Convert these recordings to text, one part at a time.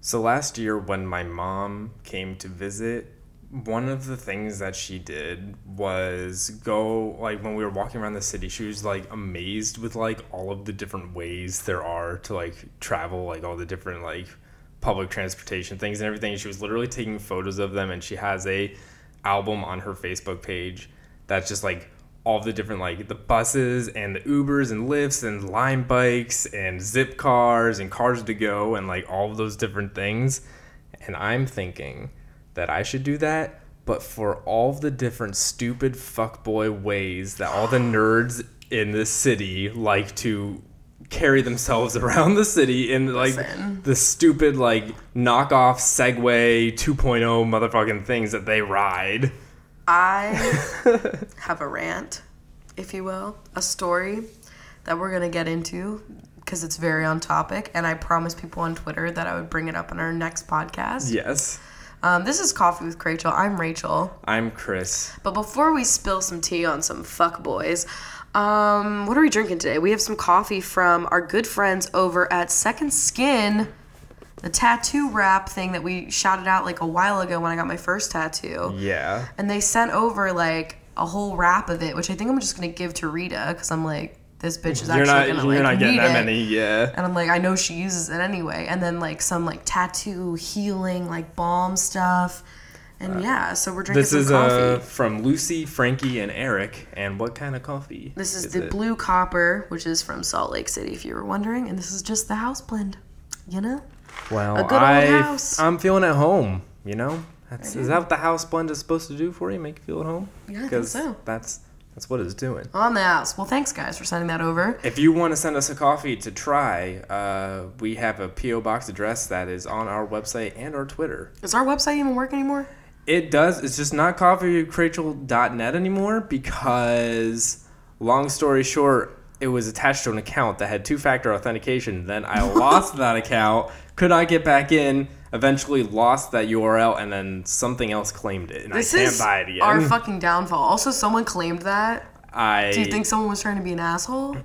So last year, when my mom came to visit, one of the things that she did was go like when we were walking around the city she was like amazed with like all of the different ways there are to like travel like all the different like public transportation things and everything she was literally taking photos of them and she has a album on her facebook page that's just like all the different like the buses and the ubers and lifts and lime bikes and zip cars and cars to go and like all of those different things and i'm thinking that I should do that, but for all the different stupid fuckboy ways that all the nerds in this city like to carry themselves around the city in like Listen. the stupid like knockoff Segway 2.0 motherfucking things that they ride. I have a rant, if you will, a story that we're going to get into because it's very on topic. And I promised people on Twitter that I would bring it up in our next podcast. Yes. Um, this is Coffee with Rachel. I'm Rachel. I'm Chris. But before we spill some tea on some fuckboys, um, what are we drinking today? We have some coffee from our good friends over at Second Skin, the tattoo wrap thing that we shouted out like a while ago when I got my first tattoo. Yeah. And they sent over like a whole wrap of it, which I think I'm just gonna give to Rita because I'm like, this bitch is You're actually not gonna you're like not getting need that it. many. Yeah. And I'm like, I know she uses it anyway. And then like some like tattoo healing like balm stuff. And yeah, so we're drinking This some is coffee. uh, from Lucy, Frankie, and Eric. And what kind of coffee? This is, the it? Blue Copper, which is from Salt Lake City, if you were wondering, and this is just the house blend. You know? Well, A good old I, house. I'm feeling at home, you know? That's, is that what the house blend is supposed to do for you? Make you feel at home? Yeah, I think 'Cause so. That's, that's what it's doing. On the house. Well, thanks guys for sending that over. If you want to send us a coffee to try, uh, we have a P.O. box address that is on our website and our Twitter. Does our website even work anymore? It does. It's just not coffeecrachel.net anymore because, long story short, it was attached to an account that had two factor authentication. Then I lost that account, could not get back in, eventually lost that URL, and then something else claimed it. And This I can't is buy it again. our fucking downfall. Also, someone claimed that. I, Do you think someone was trying to be an asshole?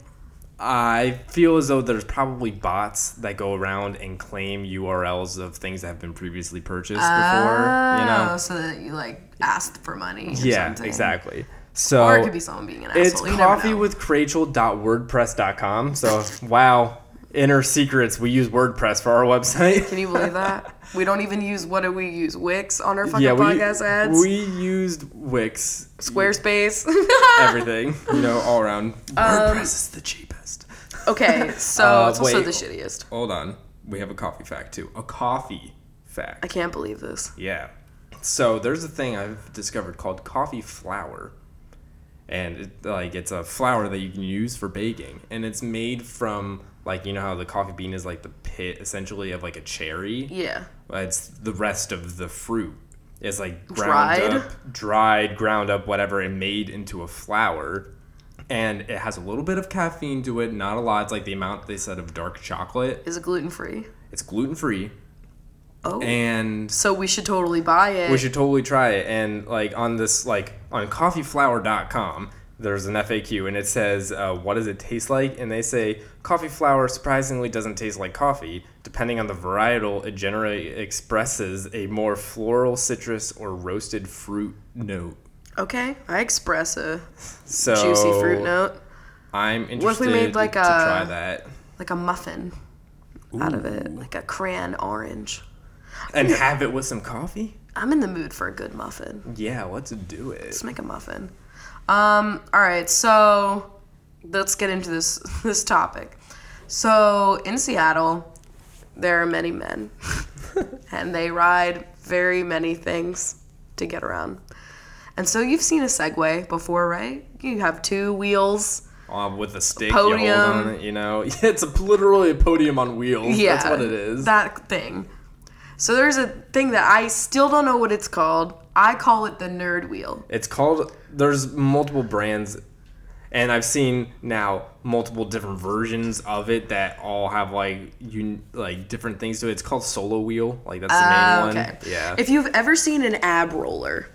I feel as though there's probably bots that go around and claim URLs of things that have been previously purchased before. You know? Oh, so that you like asked for money. Or Yeah, something. exactly. So Or it could be someone being an asshole. It's you never know. coffeewithcrachel.wordpress.com. So, wow, inner secrets. We use WordPress for our website. Can you believe that? we don't even use what do we use? Wix on our fucking yeah, we, podcast ads. we used Wix, Squarespace. everything, you know, all around. Um, WordPress is the cheapest. Okay, so Uh, it's also wait. the shittiest. Hold on. We have a coffee fact, too. A coffee I fact. can't believe this. Yeah. So, there's a thing I've discovered called coffee flour. and it, like it's a flour that you can use for baking and it's made from like you know how the coffee bean is like the pit essentially of like a cherry Yeah. Well, it's the rest of the fruit is like ground Dried? up dried ground up whatever and made into a flour and it has a little bit of caffeine to it not a lot it's like the amount they said of dark chocolate Is it gluten free? it's gluten free Oh. and so we should totally buy it. we should totally try it. And like on this, like on coffeeflower.com, there's an FAQ and it says, uh, what does it taste like? And they say, coffee flour surprisingly doesn't taste like coffee. Depending on the varietal, it generally expresses a more floral, citrus, or roasted fruit note. okay. I express a So juicy fruit note, I'm interested if we made, like, to a- try that like a muffin out of Mm. it, like a crayon orange. and have it with some coffee. I'm in the mood for a good muffin. Yeah, let's do it. Let's make a muffin. Um, all right, so let's get into this this topic. So in Seattle, there are many men, and they ride very many things to get around. And so you've seen a Segway before, right? You have two wheels. Uh, with a stick, you Podium. hold on it, you know. it's a, literally a podium on wheels. Yeah, That's what it is. That thing. So there's a thing that I still don't know what it's called. I call it the nerd wheel. It's called. There's multiple brands, and I've seen now multiple different versions of it that all have like you like different things to it. It's called Solo Wheel. Like that's the Ah, main one. Yeah. If you've ever seen an ab roller,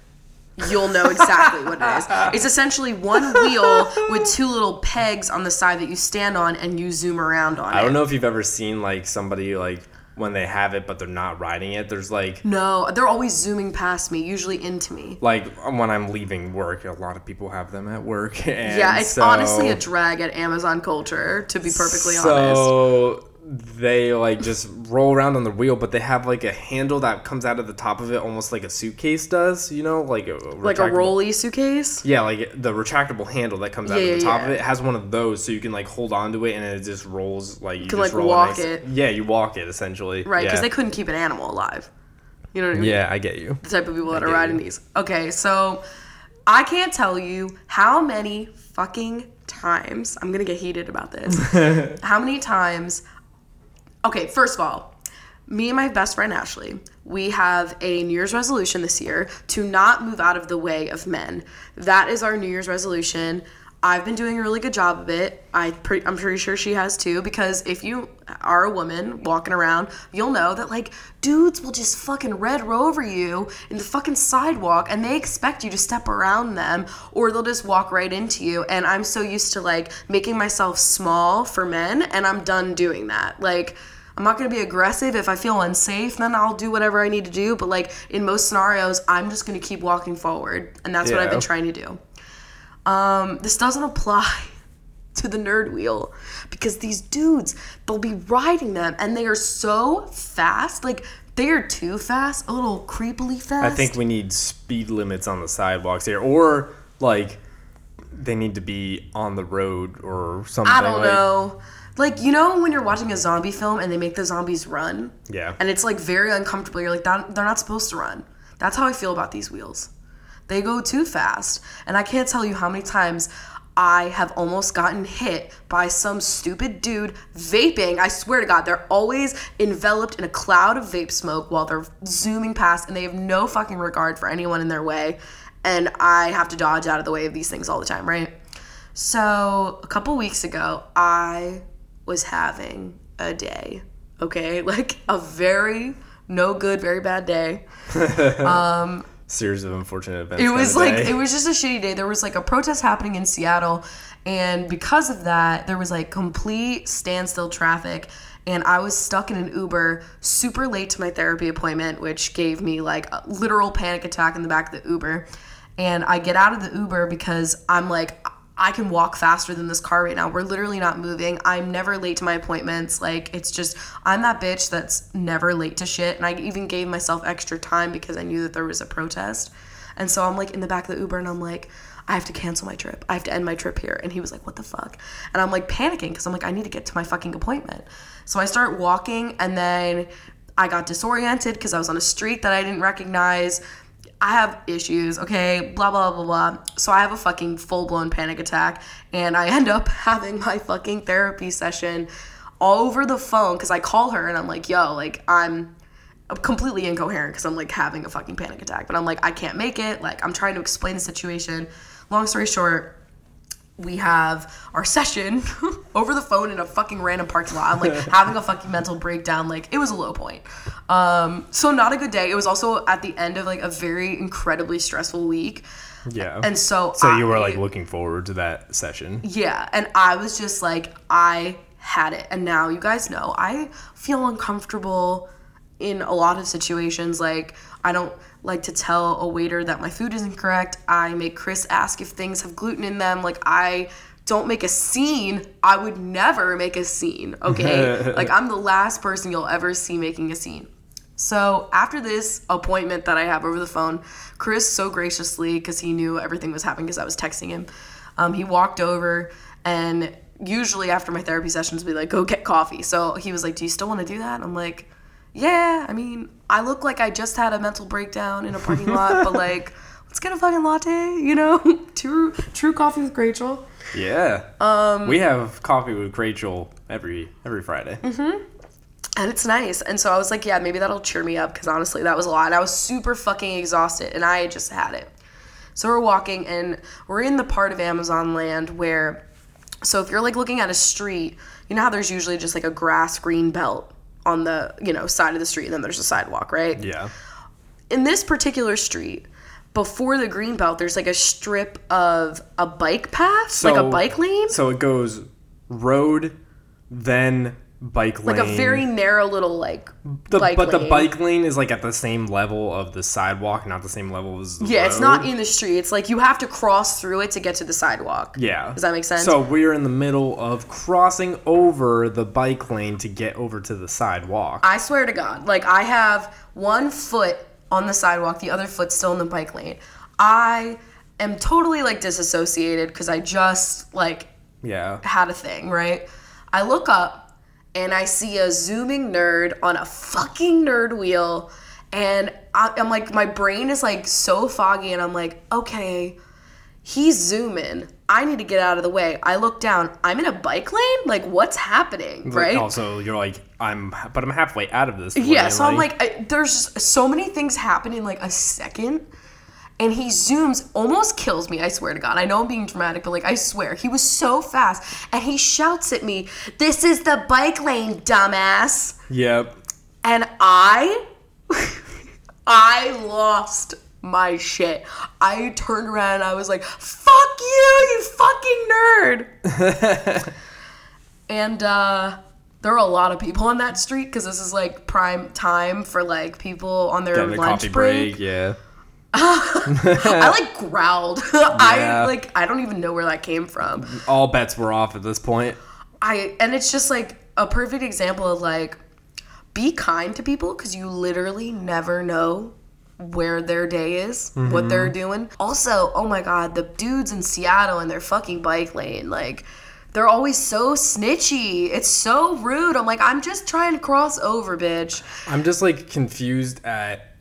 you'll know exactly what it is. It's essentially one wheel with two little pegs on the side that you stand on and you zoom around on I it. don't know if you've ever seen like somebody like when they have it, but they're not riding it. There's like No, they're always zooming past me, usually into me. like when I'm leaving work, a lot of people have them at work. And yeah, it's so- honestly a drag at Amazon culture, to be perfectly honest. so they like just roll around on the wheel, but they have like a handle that comes out of the top of it, almost like a suitcase does. You know, like a, Like a retractable- rolly suitcase? Yeah, like the retractable handle that comes out Yeah, of the top yeah, of it has one of those, so you can like hold onto it and it just rolls like you, can, just like, roll a walk nice- it. Yeah, you walk it essentially. Right, because Yeah. they couldn't keep an animal alive. You know what I mean? Yeah, I get you. the type of people that are get riding you. these. Okay, so I can't tell you how many fucking times I'm gonna get heated about this. how many times? Okay, first of all, me and my best friend Ashley, we have a New Year's resolution this year to not move out of the way of men. That is our New Year's resolution. I've been doing a really good job of it. I pre- I'm pretty sure she has too because if you are a woman walking around, you'll know that like dudes will just fucking red row over you in the fucking sidewalk and they expect you to step around them or they'll just walk right into you and I'm so used to like making myself small for men and I'm done doing that. Like I'm not gonna be aggressive. If I feel unsafe, then I'll do whatever I need to do. But like in most scenarios, I'm just gonna keep walking forward, and that's what I've been Yeah. trying to do. Um, this doesn't apply to the nerd wheel because these dudes, they'll be riding them, and they are so fast. Like they are too fast, a little creepily I fast. think we need speed limits on the sidewalks here, or like they need to be on the road or something. I don't like- know. Like you know when you're watching a zombie film and they make the zombies run. Yeah. And it's like very uncomfortable. You're like that they're not supposed to run. That's how I feel about these wheels. They go too fast, and I can't tell you how many times I have almost gotten hit by some stupid dude vaping. I swear to God, they're always enveloped in a cloud of vape smoke while they're zooming past, and they have no fucking regard for anyone in their way. And I have to dodge out of the way of these things all the time, right? So a couple weeks ago, I was having a day, okay, like a very no good, very bad day. Series of unfortunate events. It kinda was like day. it was just a shitty day. There was like a protest happening in Seattle, and because of that, there was like complete standstill traffic. And I was stuck in an Uber, super late to my therapy appointment, which gave me like a literal panic attack in the back of the Uber. And I get out of the Uber because I'm like, I can walk faster than this car right now. We're literally not moving. I'm never late to my appointments. Like, it's just, I'm that bitch that's never late to shit. And I even gave myself extra time because I knew that there was a protest. And so I'm like in the back of the Uber and I'm like, I have to cancel my trip. I have to end my trip here. And he was like, What the fuck? And I'm like panicking because I'm like, I need to get to my fucking appointment. So I start walking and then I got disoriented because I was on a street that I didn't recognize. I have issues, okay, blah, blah, blah, blah. So I have a fucking full blown panic attack and I end up having my fucking therapy session over the phone because I call her and I'm like, yo, like, I'm completely incoherent because I'm like having a fucking panic attack, but I'm like, I can't make it. Like, I'm trying to explain the situation. Long story short, we have our session over the phone in a fucking random parking lot. I'm like having a fucking mental breakdown. Like it was a low point. Um, so not a good day. It was also at the end of like a very incredibly stressful week. yeah. And so, so you were I- like looking forward to that session. yeah, and I was just like, I had it. And now you guys know I feel uncomfortable in a lot of situations. Like, I don't like to tell a waiter that my food isn't correct. I make Chris ask if things have gluten in them. Like, I don't make a scene. I would never make a scene, okay? like, I'm the last person you'll ever see making a scene. So after this appointment that I have over the phone, Chris so graciously, because he knew everything was happening because I was texting him, um, he walked over and usually after my therapy sessions, we like go get coffee. So he was like, "Do you still want to do that?" I'm like, "Yeah." I mean, I look like I just had a mental breakdown in a parking lot, but like, let's get a fucking latte, you know? true, true coffee with Rachel. Yeah. Um. We have coffee with Rachel every every Friday. Mm-hmm. and it's nice. And so I was like, yeah, maybe that'll cheer me up because honestly, that was a lot. And I was super fucking exhausted and I had just had it. So we're walking and we're in the part of Amazon land where, so if you're like looking at a street, you know how there's usually just like a grass green belt on the, you know, side of the street and then there's a sidewalk, right? Yeah. in this particular street before the green belt there's like a strip of a bike path like a So- bike lane So it goes road, then bike lane. like a very narrow little like the, bike but the lane. bike lane is like at the same level of the sidewalk, not the same level as the Yeah, it's not e- road. in the street. It's like you have to cross through it to get to the sidewalk. Yeah. Does that make sense? So we're in the middle of crossing over the bike lane to get over to the sidewalk. I swear to God, like I have one foot on the sidewalk, the other foot still in the bike lane. I am totally like disassociated because I just like Yeah. had a thing, right? I look up and I see a zooming nerd on a fucking nerd wheel. And I, I'm like, my brain is like so foggy. And I'm like, okay, he's zooming. I need to get out of the way. I look down. I'm in a bike lane? Like, what's happening? But Right? Also, you're like, I'm, but I'm halfway out of this. Yeah, lane, so I'm like, I, there's just so many things happen in like a second. And he zooms, almost kills me, I swear to God. I know I'm being dramatic, but like, I swear. He was so fast. And he shouts at me, This is the bike lane, dumbass. yep. And I, I lost my shit. I turned around and I was like, Fuck you, you fucking nerd. and uh, there were a lot of people on that street because this is like prime time for like people on their Then the lunch coffee break. break. Yeah. I like growled. Yeah. I like I don't even know where that came from. All bets were off at this point. I and it's just like a perfect example of like be kind to people because you literally never know where their day is, what Mm-hmm. they're doing. Also, oh my god, the dudes in Seattle and their fucking bike lane, like they're always so snitchy. It's so rude. I'm like, I'm just trying to cross over, bitch. I'm just like confused at.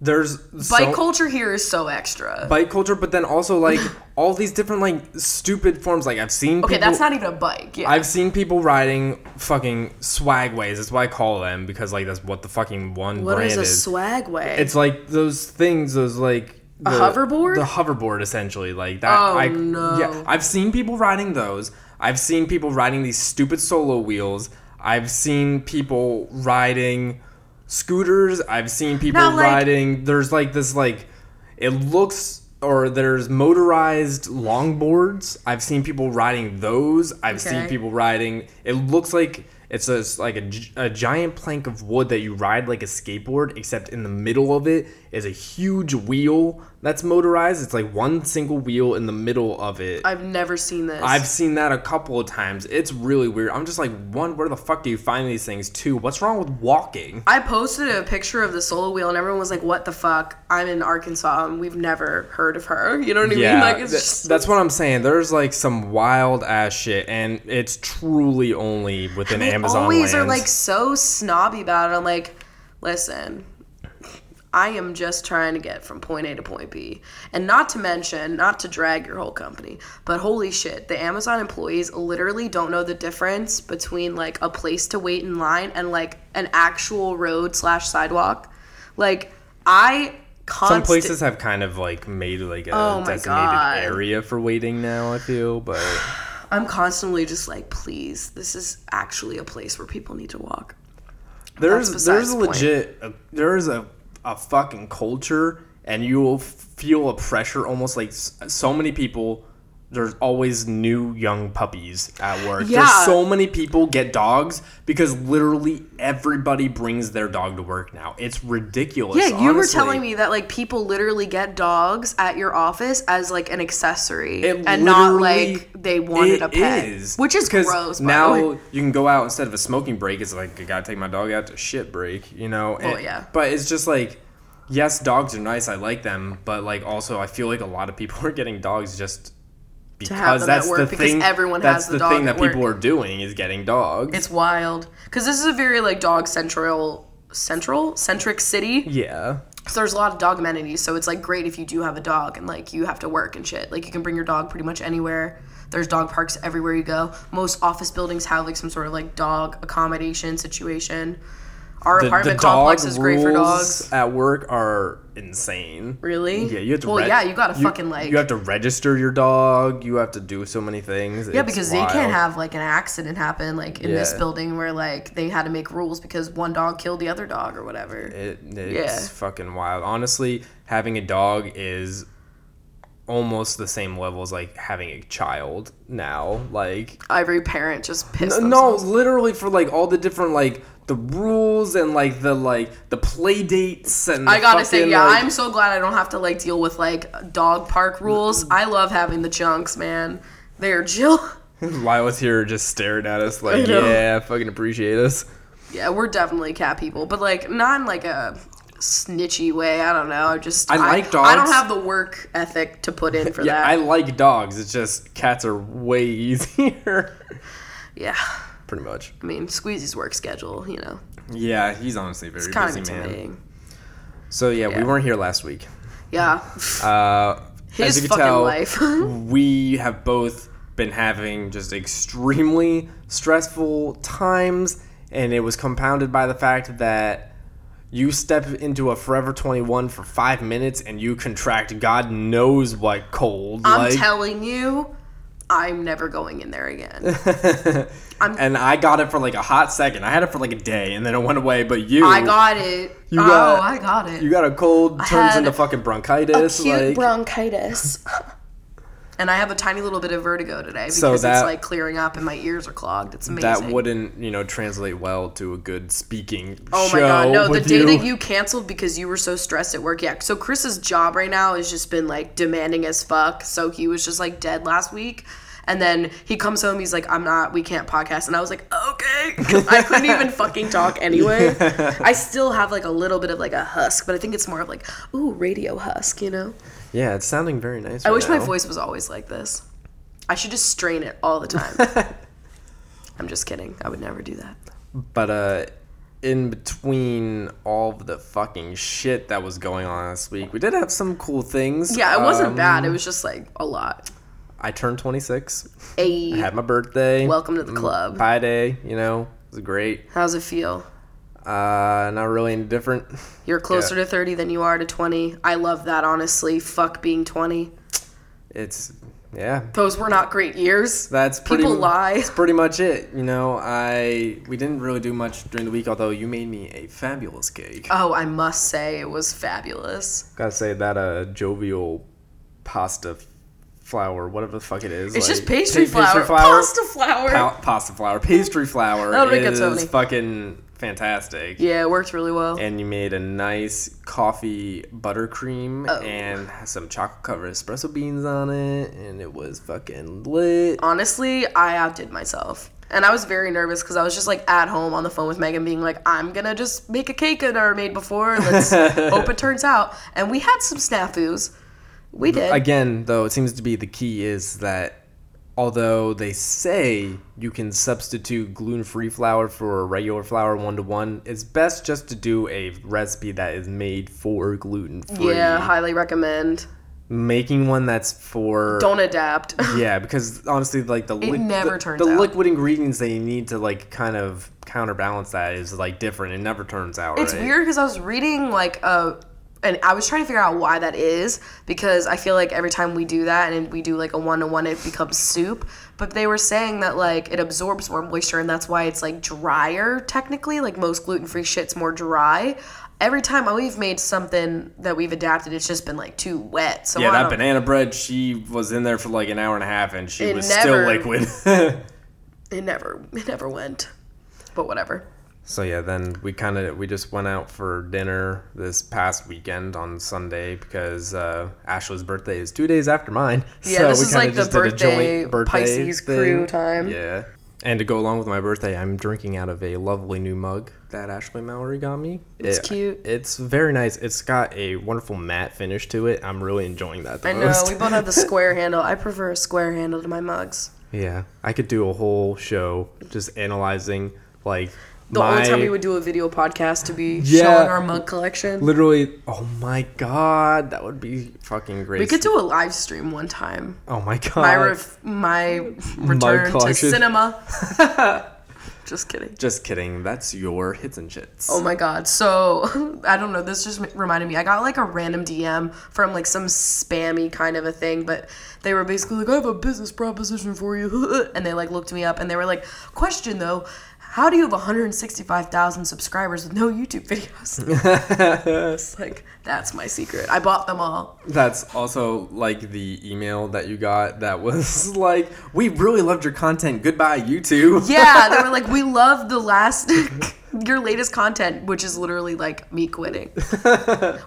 There's Bike so, culture here is so extra. bike culture, but then also like all these different like stupid forms. Like I've seen Okay, people, that's not even a bike. Yeah. I've seen people riding fucking swagways. That's why I call them because like that's what the fucking one what brand is a swag way? It's like those things, those like the, hoverboard? The hoverboard, essentially, like that. Oh, I, no. Yeah, I've seen people riding those. I've seen people riding these stupid solo wheels. I've seen people riding scooters. I've seen people Now, like- riding. There's like this like, it looks or there's motorized longboards. I've seen people riding those. I've seen Okay. people riding. It looks like it's a, like a, gi- a giant plank of wood that you ride like a skateboard, except in the middle of it is a huge wheel that's motorized. It's like one single wheel in the middle of it. I've never seen this. I've seen that a couple of times. It's really weird. I'm just like, one, where the fuck do you find these things? Two, what's wrong with walking? I posted a picture of the solo wheel, and everyone was like, "What the fuck? I'm in Arkansas, and we've never heard of her." You know what I mean? Like, it's th- just that's what I'm saying. There's like some wild ass shit, and it's truly only within they Amazon always are lands. like so snobby about it. I'm like, listen, I am just trying to get from point A to point B, and not to mention, not to drag your whole company, but holy shit, the Amazon employees literally don't know the difference between like a place to wait in line and like an actual road slash sidewalk. Like, I. some Constant- places have kind of like made like a Oh my designated God. area for waiting now. I feel, but I'm constantly just like, please, this is actually a place where people need to walk. there's besides there's the point. legit a, there's a a fucking culture, and you will feel a pressure almost like s- so many people. There's always new young puppies at work. There's Yeah. so many people get dogs because literally everybody brings their dog to work now. It's ridiculous. Yeah, you were honestly. telling me that like people literally get dogs at your office as like an accessory It and not literally- like they wanted it a pet, is. which is Because gross. by the Now way. you can go out instead of a smoking break. It's like I gotta take my dog out to shit break, you know. Well, And- yeah. But it's just like, yes, dogs are nice. I like them, but like also, I feel like a lot of people are getting dogs just because have them at that's the work, because thing. everyone that's has the the dog thing that at people are doing is getting dogs. it's wild because this is a very like dog central, central centric city. yeah. So there's a lot of dog amenities. So it's like great if you do have a dog and like you have to work and shit. Like you can bring your dog pretty much anywhere. There's dog parks everywhere you go. Most office buildings have like some sort of like dog accommodation situation. Our apartment complex is great for dogs. at work are insane. Really? Yeah, you have to. Eh, Well, reg- yeah, you gotta fucking like. You have to register your dog. You have to do so many things. yeah, because they can't have like an accident happen like in this Yeah. building where like they had to make rules because one dog killed the other dog or whatever. It, it's Yeah. fucking wild. Honestly, having a dog is almost the same level as like having a child now. Like Every parent just pissed Uh, no, themselves. literally for like all the different like the rules and like the like the play dates and I the gotta say, fucking, yeah, like- I'm so glad I don't have to like deal with like dog park rules. Mm-hmm. I love having the chunks, man. They're chill. Lila's here just staring at us like, know. yeah, fucking appreciate us. Yeah, we're definitely cat people, but like not in like a snitchy way. I don't know. I just I like I don't dogs. have the work ethic to put in for Yeah, that. I like dogs. It's just cats are way easier. yeah, Pretty much. I mean Squeezy's work schedule, you know, Yeah, he's honestly a very it's kind of busy man. intimidating. So yeah, Yeah. we weren't here last week. Yeah, Uh, as his you can fucking tell, life. we have both been having just extremely stressful times, and it was compounded by the fact that you step into a Forever 21 for five minutes and you contract God knows what cold. I'm like, telling you, I'm never going in there again. and I got it for like a hot second. I had it for like a day, and then it went away. But you, I got it. You oh, got- I got it. you got a cold, turns had into fucking bronchitis. Cute like, bronchitis. and I have a tiny little bit of vertigo today because So it's that- like clearing up and my ears are clogged. It's amazing. that wouldn't you know translate well to a good speaking Oh show my god, no, the with day you. that you canceled because you were so stressed at work. Yeah. So Chris's job right now has just been like demanding as fuck. So he was just like dead last week. And then he comes home, he's like, I'm not, we can't podcast. And I was like, okay. 'Cause I couldn't even fucking talk anyway. I still have like a little bit of like a husk, but I think it's more of like, ooh, radio husk, you know? yeah it's sounding very nice I wish my voice was always like this. I should just strain it all the time. I'm just kidding. I would never do that. but uh in between all of the fucking shit that was going on last week we did have some cool things Yeah, it wasn't Um, bad. It was just like a lot. i turned 26 A had my birthday welcome to the club. pie day you know it was great How's it feel? uh not really any different You're closer to 30 than you are to 20. I love that, honestly. Fuck being 20. it's yeah Those were not great years. That's pretty. People lie. That's pretty much it. You know, I we didn't really do much during the week, although you made me a fabulous cake. oh, I must say, it was fabulous. Gotta say that uh, jovial pasta f- flour, whatever the fuck it is. It's like- just pastry, pa- flour, pasta flour. pa- pasta flour, pastry flour That'll make it is Tony. fucking fantastic. yeah, it worked really well. And you made a nice coffee buttercream Oh. and has some chocolate covered espresso beans on it, and it was fucking lit. honestly, I outdid myself. And I was very nervous because I was just like at home on the phone with Megan, being like, I'm gonna just make a cake I never made before. Let's hope it turns out. And we had some snafus. We did. again though it seems to be the key is that although they say you can substitute gluten-free flour for regular flour one-to-one it's best just to do a recipe that is made for gluten-free yeah, highly recommend. making one that's for Don't adapt. yeah because honestly like the it never the, turns the out. liquid ingredients they need to like kind of counterbalance that is like different it never turns out it's right weird because I was reading like a. And I was trying to figure out why that is because I feel like every time we do that and we do like a one to one, it becomes soup. But they were saying that like it absorbs more moisture and that's why it's like drier technically. Like most gluten free shit's more dry. Every time we've made something that we've adapted, it's just been like too wet. So yeah I that don't- banana bread she was in there for like an hour and a half and she It was never- still liquid it never it never went. But whatever. So yeah, then we kind of we just went out for dinner this past weekend on Sunday because uh, Ashla's birthday is two days after mine. Yeah, so this we is kinda like the just did a birthday- joint birthday Pisces crew time. Yeah, and to go along with my birthday, I'm drinking out of a lovely new mug that Ashley Mallory got me. It's cute. It's very nice. It's got a wonderful matte finish to it. I'm really enjoying that. The I know, most. we both have the square handle. I prefer a square handle to my mugs. Yeah, I could do a whole show just analyzing like The my only time we would do a video podcast to be Yeah. showing our mug collection. Literally, oh my god, that would be fucking great. We could do a live stream one time. oh my god, My ref- my return to collection. cinema. Just kidding. just kidding. That's your hits and shits. Oh my god. So, I don't know. This just reminded me. I got like a random DM from like some spammy kind of a thing, but they were basically like, I have a business proposition for you. and they like looked me up and they were like, Question though, how do you have 165,000 subscribers with no YouTube videos? It's like, that's my secret. I bought them all. That's also like the email that you got that was like, we really loved your content. Goodbye, YouTube. Yeah, they were like, we love the last, your latest content, which is literally like me quitting.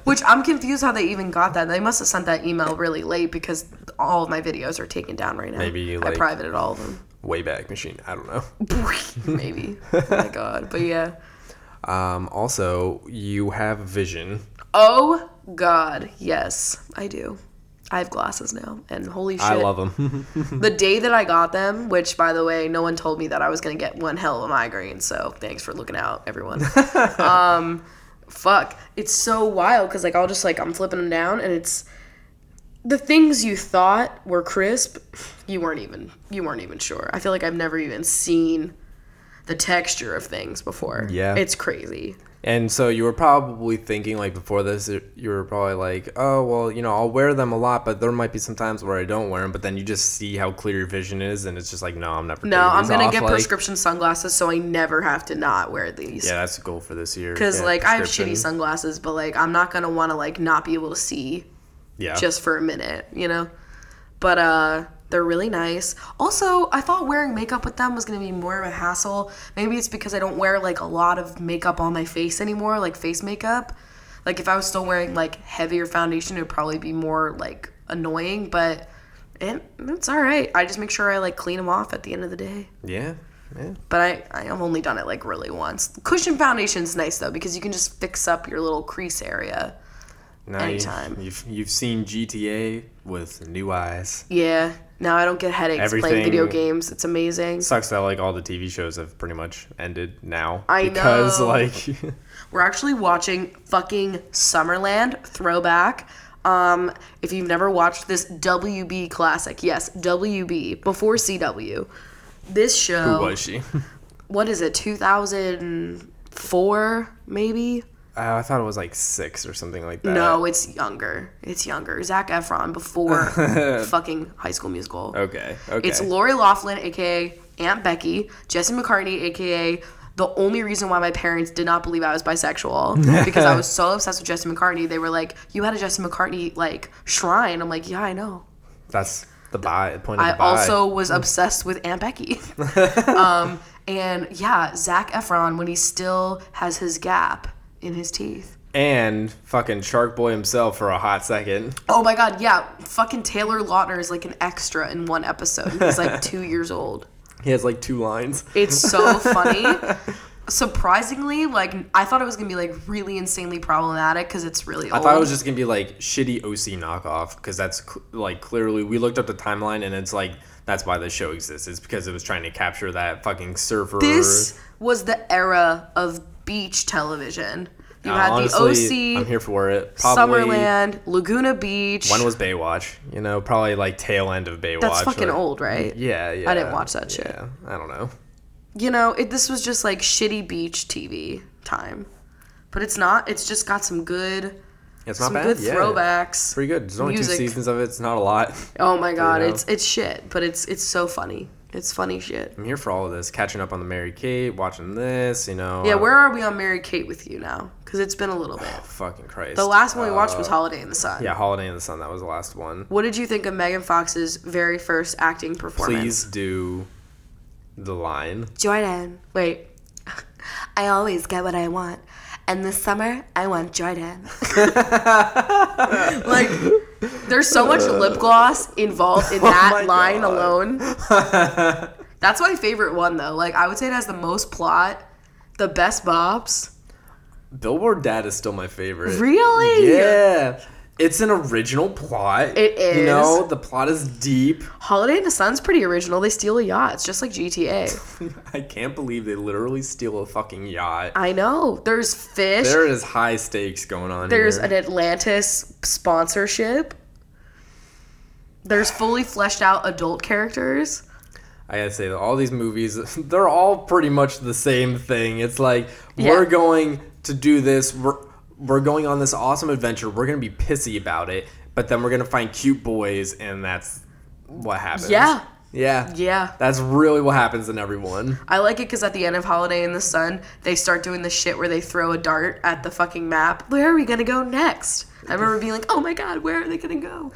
Which I'm confused how they even got that. They must have sent that email really late because all of my videos are taken down right now. Maybe, I like- privated all of them. Wayback Machine. I don't know. Maybe. Oh my god. But yeah. Um, also, you have vision. Oh god. Yes, I do. I have glasses now, and holy shit. I love them. the day that I got them, which by the way, no one told me that I was gonna get one hell of a migraine. So thanks for looking out, everyone. um, fuck, it's so wild because like I'll just like I'm flipping them down, and it's the things you thought were crisp, you weren't even you weren't even sure. I feel like I've never even seen the texture of things before. Yeah. it's crazy. and so you were probably thinking, like, before this, you were probably like, oh, well, you know, I'll wear them a lot, but there might be some times where I don't wear them. But then you just see how clear your vision is, and it's just like, no, I'm never No, taking I'm these gonna off, get like- prescription sunglasses so I never have to not wear these. Yeah, that's the goal for this year. Because Yeah, like I have prescription. shitty sunglasses, but like I'm not gonna want to like not be able to see Yeah. just for a minute, you know. But uh, they're really nice. Also, I thought wearing makeup with them was gonna be more of a hassle. Maybe it's because I don't wear like a lot of makeup on my face anymore, like face makeup. Like if I was still wearing like heavier foundation, it would probably be more like annoying. But it, it's all right. I just make sure I like clean them off at the end of the day. yeah. Yeah. But I, I have only done it like really once. Cushion foundation's nice though because you can just fix up your little crease area. Now Anytime. You've, you've you've seen GTA with new eyes. Yeah. Now I don't get headaches playing video Everything- games. It's amazing. Sucks that like all the TV shows have pretty much ended now. I because know. like We're actually watching fucking Summerland throwback. Um, if you've never watched this WB classic, yes, WB before CW. This show, who was she? Uh, what is it, 2004 maybe? I thought it was like six or something like that. No, it's younger. It's younger. Zach Efron before fucking High School Musical. Okay. Okay. It's Lori Laughlin, aka Aunt Becky, Jesse McCartney, aka the only reason why my parents did not believe I was bisexual because I was so obsessed with Jesse McCartney. They were like, "You had a Jesse McCartney like shrine." I'm like, "Yeah, I know." That's the buy point of I the buy. also was obsessed with Aunt Becky. um, and yeah, Zach Efron when he still has his gap in his teeth. and fucking Shark Boy himself for a hot second. Oh my god, yeah, fucking Taylor Lautner is like an extra in one episode. He's like two years old. He has like two lines. It's so funny. Surprisingly, like I thought it was gonna be like really insanely problematic because it's really I old. thought it was just gonna be like shitty OC knockoff because that's cl- like clearly we looked up the timeline and it's like that's why the show exists. It's because it was trying to capture that fucking server. this was the era of beach television. You Uh, had honestly, the OC, I'm here for it. Probably, Summerland, Laguna Beach. When was Baywatch? You know, probably like tail end of Baywatch. That's fucking like- old, right? Yeah, yeah. I didn't watch that shit. Yeah, I don't know. Mm-hmm. You know, it, this was just like shitty beach TV time, but it's not. It's just got some good, It's some not bad. good yeah. throwbacks. Pretty good. There's only Music. two seasons of it. It's not a lot. Oh my god, know? it's it's shit, but it's it's so funny. It's funny shit. I'm here for all of this. Catching up on the Mary Kate, watching this. You know. Yeah, uh, where are we on Mary Kate with you now? Because it's been a little bit. Fucking Christ. The last one we watched was Holiday in the Sun. Uh, Yeah, Holiday in the Sun. That was the last one. What did you think of Megan Fox's very first acting performance? Please do the line. Jordan. Wait. I always get what I want. And this summer, I want Jordan. like, there's so much lip gloss involved in that Oh my line God. alone. That's my favorite one, though. Like, I would say it has the most plot, the best bops. Billboard Dad is still my favorite. Really? Yeah. It's an original plot. It You know, is. the plot is deep. Holiday in the Sun's pretty original. They steal a yacht. It's just like GTA. I can't believe they literally steal a fucking yacht. I know. There's fish. There is high stakes going on There's here. an Atlantis sponsorship. There's fully fleshed out adult characters. I gotta say that all these movies, they're all pretty much the same thing. It's like Yeah. we're going to do this. We're we're going on this awesome adventure. We're gonna be pissy about it, but then we're gonna find cute boys, and that's what happens. Yeah. Yeah. Yeah. That's really what happens in everyone. I like it because at the end of Holiday in the Sun, they start doing the shit where they throw a dart at the fucking map. Where are we gonna go next? I remember being like, oh my god, where are they gonna go?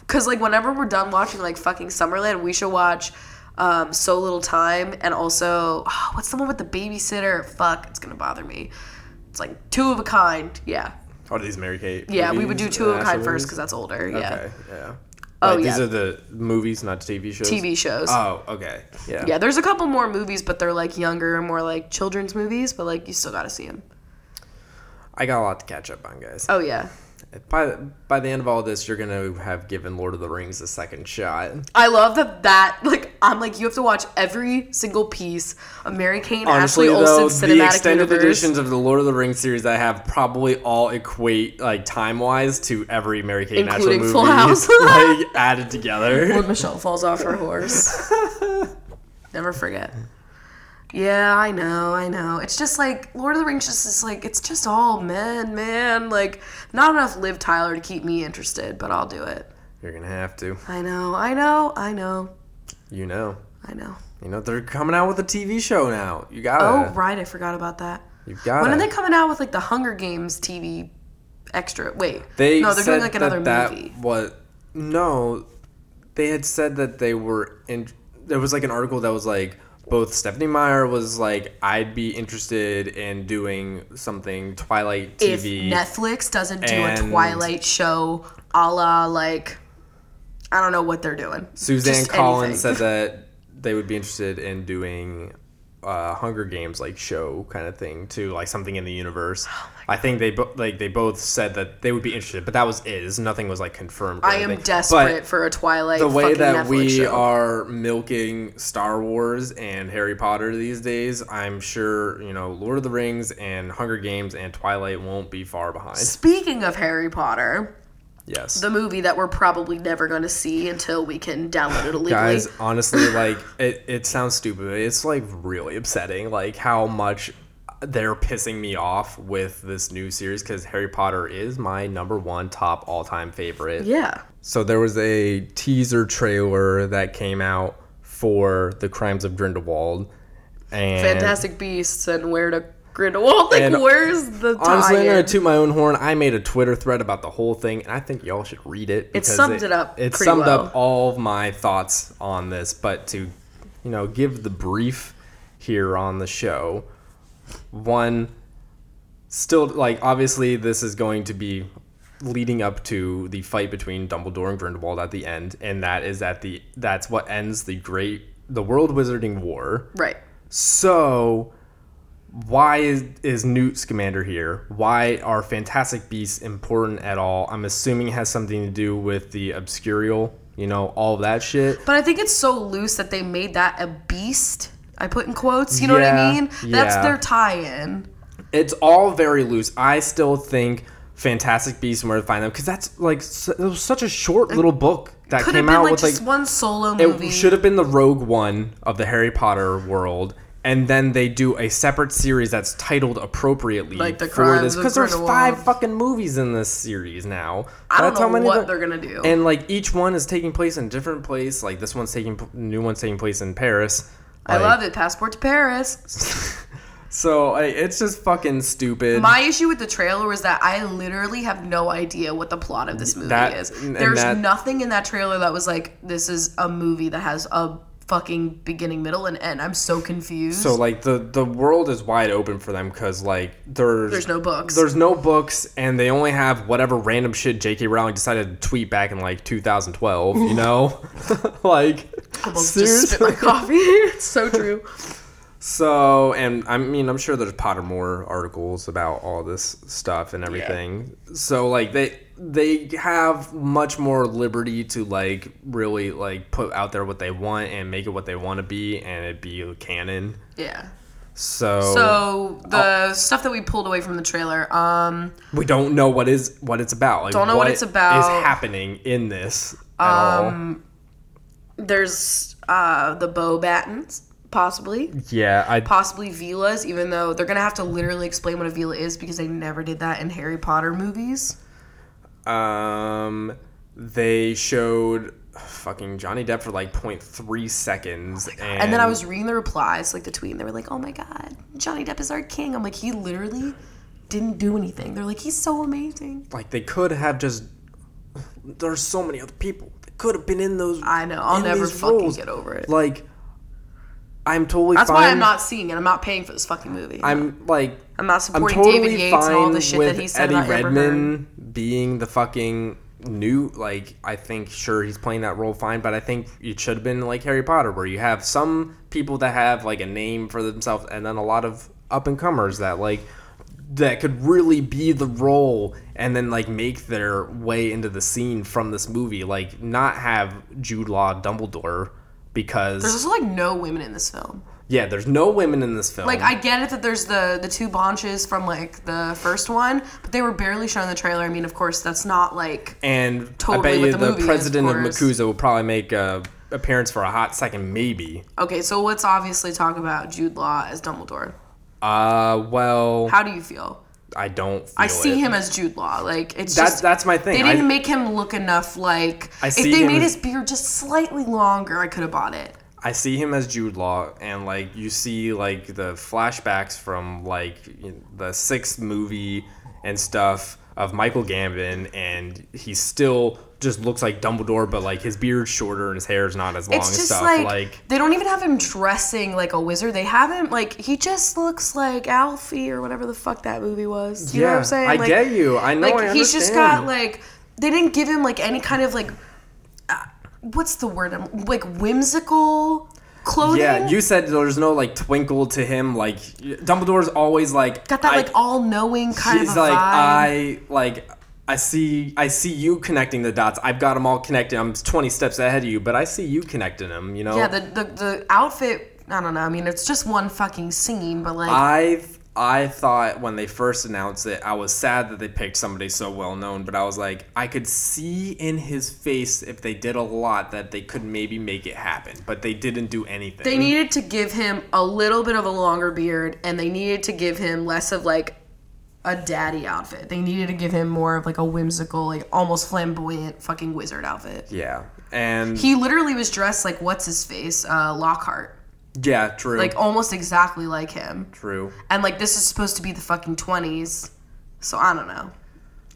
Because like whenever we're done watching like fucking Summerland, we should watch um, So Little Time and also oh, what's the one with the babysitter? Fuck, it's gonna bother me. It's like two of a kind. Yeah, Are these Mary Kate? yeah, we would do movies, two uh, of a kind international first because movies? that's older. Yeah, Okay, yeah. Oh, Like, These yeah. are the movies, not TV shows. TV shows. Oh, okay. Yeah. yeah, there's a couple more movies, but they're like younger and more like children's movies. But like you still gotta see them. I got a lot to catch up on, guys. Oh yeah, By by the end of all this, you're gonna have given Lord of the Rings a second shot. I love that that like I'm like you have to watch every single piece of Mary Kane Honestly, Ashley though, Olsen the cinematic extended universe. editions of the Lord of the Rings series I have probably all equate like time wise to every Mary Kate and Ashley Including movie, Full House. like added together. when Michelle falls off her horse. Never forget. Yeah, I know, I know. It's just like Lord of the Rings just is like it's just all men, man. Like not enough Liv Tyler to keep me interested, but I'll do it. You're gonna have to, I know, I know, I know, you know, I know. you know they're coming out with a TV show now. You Oh gotta, right, I forgot about that. you gotta. When are they coming out with like the Hunger Games TV extra? Wait, They no, they're said doing like another that movie. That what? No, they had said that they were in. There was like an article that was like both Stephanie Meyer was like, "I'd be interested in doing something Twilight if TV." Netflix doesn't do a and- Twilight show a la like I don't know what they're doing. Suzanne Just Collins anything. said that they would be interested in doing uh, Hunger Games like show kind of thing too, like something in the universe. Oh I think they bo- like they both said that they would be interested, but that was it. It's- Nothing was like confirmed. or I am anything. desperate But for a Twilight. the way fucking that Netflix we show. are milking Star Wars and Harry Potter these days, I'm sure you know Lord of the Rings and Hunger Games and Twilight won't be far behind. Speaking of Harry Potter, Yes, the movie that we're probably never going to see until we can download it illegally. guys. Honestly, like it, it sounds stupid. But it's like really upsetting, like how much they're pissing me off with this new series because Harry Potter is my number one top all time favorite. yeah. So there was a teaser trailer that came out for The Crimes of Grindelwald. And Fantastic Beasts and Where to Grindelwald. Like, And where's the Honestly, I'm gonna tie-in? toot my own horn. I made a Twitter thread about the whole thing, and I think y'all should read it. because summed it up It pretty summed well. up all of my thoughts on this. But to, you know, give the brief here on the show, one, still like obviously this is going to be leading up to the fight between Dumbledore and Grindelwald at the end, and that is at the that's what ends the great the World Wizarding War. Right. So, why is, is Newt Scamander here? Why are Fantastic Beasts important at all? I'm assuming it has something to do with the Obscurial, you know, all of that shit. But I think it's so loose that they made that a beast. I put in quotes. You know what I Yeah, mean? That's yeah. their tie-in. It's all very loose. I still think Fantastic Beasts and Where to Find Them, because that's like, s- it was such a short little book that Could have came been out like with like just one solo movie. It should have been the Rogue One of the Harry Potter world, and then they do a separate series that's titled appropriately Like the for this Crimes of because there's Grindelwald. five fucking movies in this series now. I don't That's know how many what the- they're gonna do. And like each one is taking place in a different place. Like this one's taking p- new one's taking place in Paris. I Like, love it. Passport to Paris. So I, it's just fucking stupid. My issue with the trailer was that I literally have no idea what the plot of this movie That- is. and There's that- nothing in that trailer that was like, this is a movie that has a fucking beginning, middle, and end. I'm so confused. So like the the world is wide open for them because like there's There's no books. There's no books, and they only have whatever random shit J.K. Rowling decided to tweet back in like 2012. You know, like Almost just spit seriously. my coffee. it's so true. So and I mean I'm sure there's Pottermore articles about all this stuff and everything. So like they they have much more liberty to like really like put out there what they want and make it what they want to be and it be canon. Yeah. So So the Oh. stuff that we pulled away from the trailer, um, we don't know what is what it's about. Like, Don't know what it's Is about. Um, happening in this at there's uh the bow battens, possibly. all? Yeah, I possibly vilas, even though they're gonna have to literally explain what a villa is because they never did that in Harry Potter movies. um they showed fucking Johnny Depp for like 0.3 seconds. and, Oh And, then I was reading the replies, like the tweet, and they were like, "Oh my god, Johnny Depp is our king." I'm like, he literally didn't do anything. They're like, he's so amazing. like, they could have just. There's so many other people that could have been in those. I know. I'll in never these fucking roles. get over it. Like, I'm totally. That's fine. why I'm not seeing it. I'm not paying for this fucking movie. I'm like. I'm not I'm supporting totally David Yates fine and all the shit with that he said Eddie about Amber Heard. Redman being the fucking new. Like, I think sure he's playing that role fine, but I think it should have been like Harry Potter, where you have some people that have like a name for themselves, and then a lot of up and comers that like that could really be the role and then like make their way into the scene from this movie like not have Jude Law Dumbledore because There's also like no women in this film. yeah there's no women in this film Like I get it that there's the the two bonches from like the first one, but they were barely shown in the trailer. I mean, of course, that's not like And Totally I bet what you the the, movie is, of president of, course. Makusa will probably make a appearance for a hot second, maybe. okay. So let's obviously talk about Jude Law as Dumbledore. Uh, well, How do you feel? I don't. Feel I see it. him as Jude Law. Like it's That, just that's my thing. they didn't I, make him look enough like I if see they him made as- his beard just slightly longer, I could have bought it. I see him as Jude Law, and like you see like the flashbacks from like the sixth movie and stuff of Michael Gambon, and he still just looks like Dumbledore, but like his beard's shorter and his hair's not as long It's and just stuff. like, like they don't even have him dressing like a wizard. They have him like he just looks like Alfie or whatever the fuck that movie was. You know what I'm saying? I like, get you. I know. Like I he's just understand. got like they didn't give him like any kind of like uh, what's the word? I'm, like whimsical clothing. Yeah, you said there's no like twinkle to him. Like Dumbledore's always like got that I- like all knowing kind he's of a like vibe. I like I see I see you connecting the dots. I've got them all connected. I'm 20 steps ahead of you, but I see you connecting them. You know. Yeah, the, the the outfit. I don't know. I mean, it's just one fucking scene, but like, I I thought when they first announced it, I was sad that they picked somebody so well known, but I was like, I could see in his face if they did a lot that they could maybe make it happen, but they didn't do anything. they needed to give him a little bit of a longer beard, and they needed to give him less of like a daddy outfit. They needed to give him more of like a whimsical, like almost flamboyant fucking wizard outfit. yeah, and He literally was dressed like what's his face, uh, Lockhart, yeah, true, like almost exactly like him. true. And like this is supposed to be the fucking twenties, so I don't know.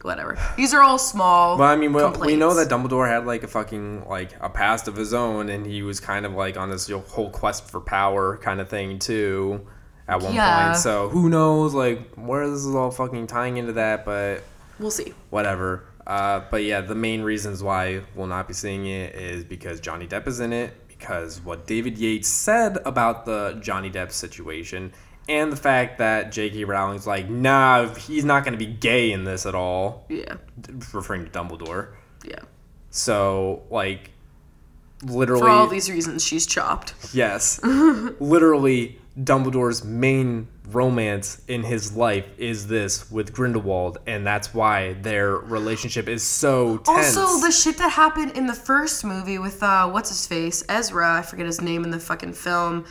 Whatever. These are all small. Well, I mean, well, we know complaints. that Dumbledore had like a fucking like a past of his own, and he was kind of like on this whole quest for power kind of thing too, at one Yeah. point. So who knows, like where this is all fucking tying into that, but we'll see. whatever. Uh, but yeah, the main reasons why we'll not be seeing it is because Johnny Depp is in it, because what David Yates said about the Johnny Depp situation, and the fact that J.K. Rowling's like, nah, he's not going to be gay in this at all, Yeah. referring to Dumbledore. Yeah. So like literally For all these reasons, she's chopped. yes. literally Dumbledore's main romance in his life is this with Grindelwald and that's why their relationship is so tense. Also, the shit that happened in the first movie with uh, what's his face, Ezra. I forget his name in the fucking film.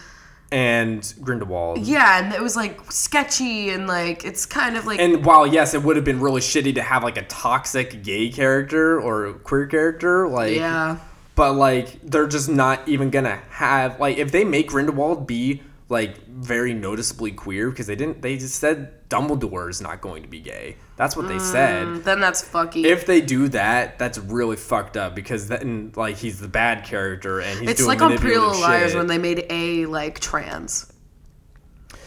and Grindelwald. Yeah, and it was like sketchy and like it's kind of like And while yes, it would have been really shitty to have like a toxic gay character or queer character, like yeah. but like they're just not even gonna have like if they make Grindelwald be like very noticeably queer because they didn't they just said Dumbledore is not going to be gay. That's what they said. Then that's fucky. If they do that, that's really fucked up because then like he's the bad character and he's it's doing like on Pretty Little manipulative Liars shit. when they made A like trans.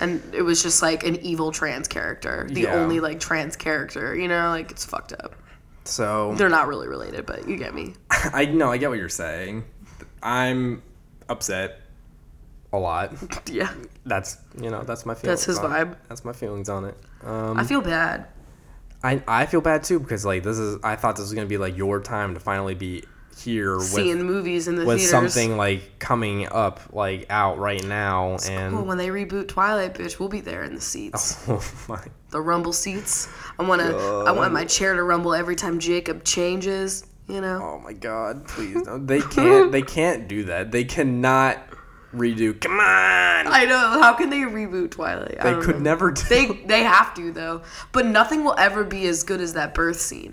And it was just like an evil trans character. The Yeah. only like trans character, you know, like it's fucked up. so They're not really related, but you get me. I know I get what you're saying. I'm upset a lot. Yeah. That's you know that's my feelings. That's his on it. vibe. That's my feelings on it. Um, I feel bad. I I feel bad too because like this is I thought this was gonna be like your time to finally be here with Seeing movies in the with theaters. something like coming up like out right now and Well, when they reboot Twilight, bitch, we'll be there in the seats, oh my the rumble seats. I wanna, I want my chair to rumble every time Jacob changes. You know, oh my god please no. they can't they can't do that they cannot redo come on I know. How can they reboot Twilight? I they don't could know. never do Um, They they have to though, but nothing will ever be as good as that birth scene.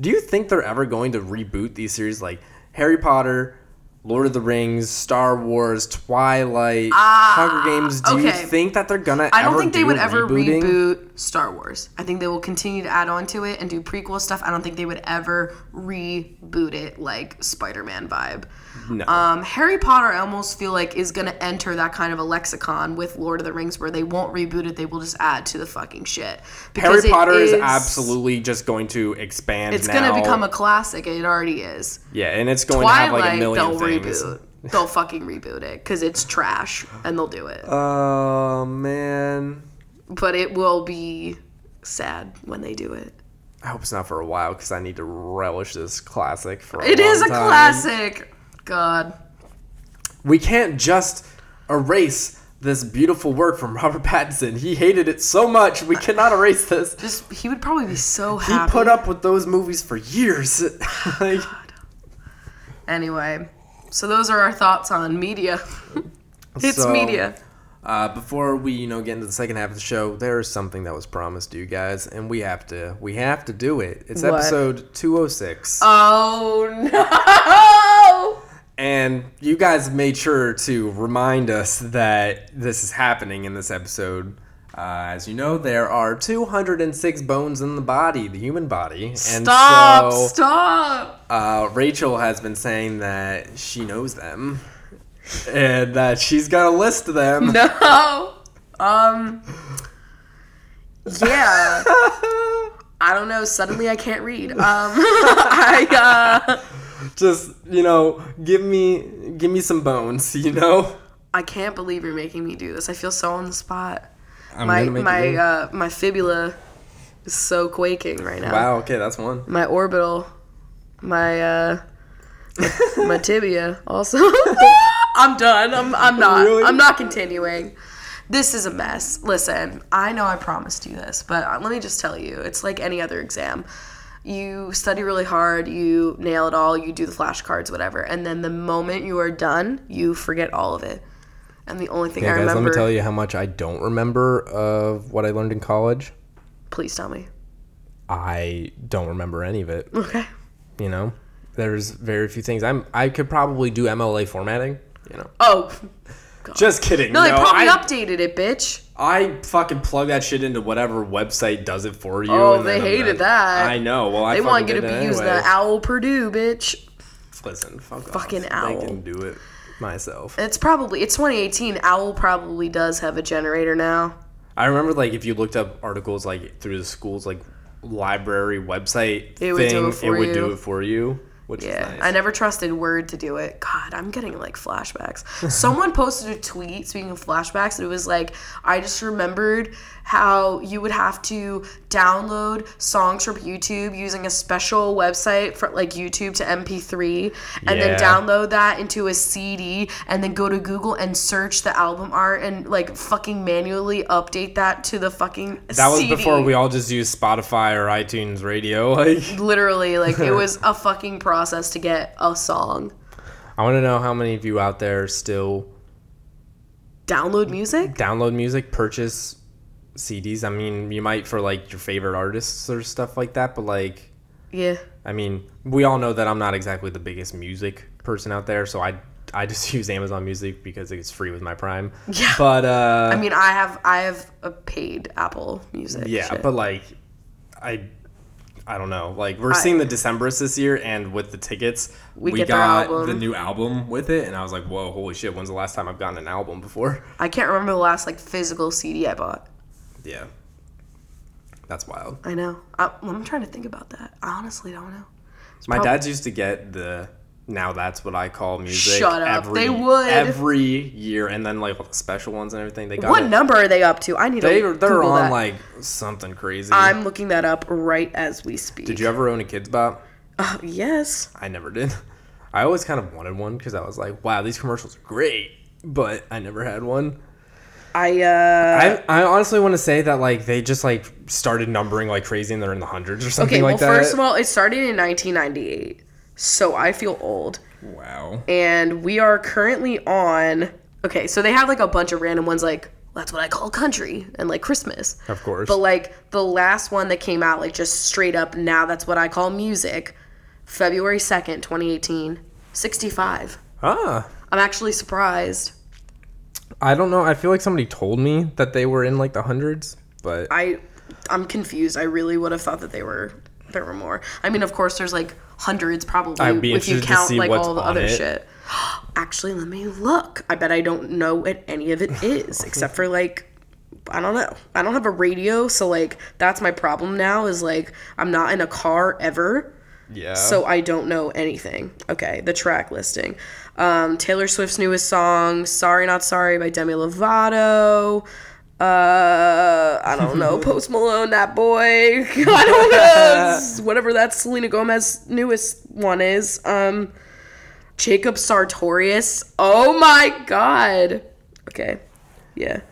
do you think they're ever going to reboot these series like Harry Potter, Lord of the Rings, Star Wars, Twilight, Hunger Games. Do you Ah, okay. think that they're gonna? I don't think they do would a ever rebooting? reboot Star Wars. I think they will continue to add on to it and do prequel stuff. I don't think they would ever reboot it like Spider Man vibe. No. Um, Harry Potter, I almost feel like, is going to enter that kind of a lexicon with Lord of the Rings where they won't reboot it. They will just add to the fucking shit. Harry Because it Potter is, absolutely just going to expand. It's going to now. become a classic. It already is. yeah, and it's going to have like a Twilight, million they'll things. reboot. They'll fucking reboot it because it's trash and they'll do it. Oh man, but it will be sad when they do it. I hope it's not for a while because I need to relish this classic for. A It is a long time. classic. God. We can't just erase this beautiful work from Robert Pattinson. He hated it so much. We cannot erase this. Just he would probably be so He happy. put up with those movies for years. Like, anyway. So those are our thoughts on media. it's So- media. Uh, before we, you know, get into the second half of the show, there is something that was promised to you guys, and we have to, we have to do it. It's What? episode 206, Oh no. and you guys made sure to remind us that this is happening in this episode. Uh, as you know, there are 206 bones in the body, the human body, and Stop. so stop. uh, Rachel has been saying that she knows them, and that she's got a list of them. No. Um Yeah. I don't know. Suddenly I can't read. Um I uh just you know give me give me some bones you know I can't believe you're making me do this. I feel so on the spot. I'm my gonna make my you- uh, my fibula is so quaking right now. wow okay that's one My orbital, my uh, my tibia also. I'm done. I'm I'm not. Really? I'm not continuing. This is a mess. Listen, I know I promised you this, but uh, let me just tell you, it's like any other exam. You study really hard, you nail it all, you do the flashcards, whatever, and then the moment you are done, you forget all of it. And the only thing I guys let remember, me tell you how much i don't remember of what i learned in college please tell me. i don't remember any of it Okay. you know there's very few things i'm i could probably do mla formatting you know Oh, just kidding No, they probably I, updated it, bitch. I fucking plug that shit into whatever website does it for you Oh, and they then I'm hated done. that. i know well I They want you to fucking be did it using anyway. the owl Purdue, bitch. listen fuck off. fucking i owl. can do it myself It's probably it's 2018. Owl probably does have a generator now. I remember like if you looked up articles like through the school's like library website It thing, would do it for it would do you. it for you, which Yeah, is nice. I never trusted Word to do it. God, I'm getting like flashbacks. Someone posted a tweet, speaking of flashbacks, and it was like, I just remembered how you would have to download songs from YouTube using a special website for like YouTube to MP3, and Yeah. then download that into a CD, and then go to Google and search the album art and like fucking manually update that to the fucking that was CD. before we all just used Spotify or iTunes Radio. Like, Literally, like it was a fucking process to get a song. I want to know how many of you out there still Download music? download music, purchase CDs. I mean, you might for like your favorite artists or stuff like that, but like, Yeah. I mean, we all know that I'm not exactly the biggest music person out there, so I I just use Amazon Music because it's free with my Prime. Yeah. But uh, I mean, I have I have a paid Apple Music. Yeah, shit. but like, I, I don't know. Like, we're seeing the Decemberists this year, and with the tickets, we, get their got album. the new album with it, and I was like, whoa, holy shit! When's the last time I've gotten an album before? I can't remember the last like physical CD I bought. Yeah, that's wild. I know. I, I'm trying to think about that. I honestly don't know. My prob- dad's used to get the. Now that's what I call music. Shut up, Every, they would. every year, and then like all the special ones and everything. They got What it. number are they up to? I need They to. they're Google on that. like something crazy. I'm looking that up right as we speak. Did you ever own a kids bop? Oh, yes. I never did. I always kind of wanted one because I was like, wow, these commercials are great, but I never had one. I uh. I, I honestly want to say that like they just like started numbering like crazy and they're in the hundreds or something okay. Well, like that. first of all, it started in 1998, so I feel old. wow. and we are currently on okay so they have like a bunch of random ones like that's what i call country and like christmas Of course. but like the last one that came out like just straight up now that's what i call music february 2nd 2018 65. Ah, I'm actually surprised. I don't know. I feel like somebody told me that they were in like the hundreds, but I I'm confused. I really would have thought that they were there were more. I mean, of course, there's like hundreds probably I'd be if you interested to count see like what's all the on other it. shit. Actually, let me look. I bet I don't know what any of it is except for like I don't know. I don't have a radio, so like that's my problem now is like I'm not in a car ever. yeah. So I don't know anything. Okay, the track listing. Um, Taylor Swift's newest song, Sorry Not Sorry by Demi Lovato. Uh, I don't know. Post Malone, that boy. I don't know. Whatever that Selena Gomez newest one is. Um, Jacob Sartorius. Oh my god. Okay. Yeah.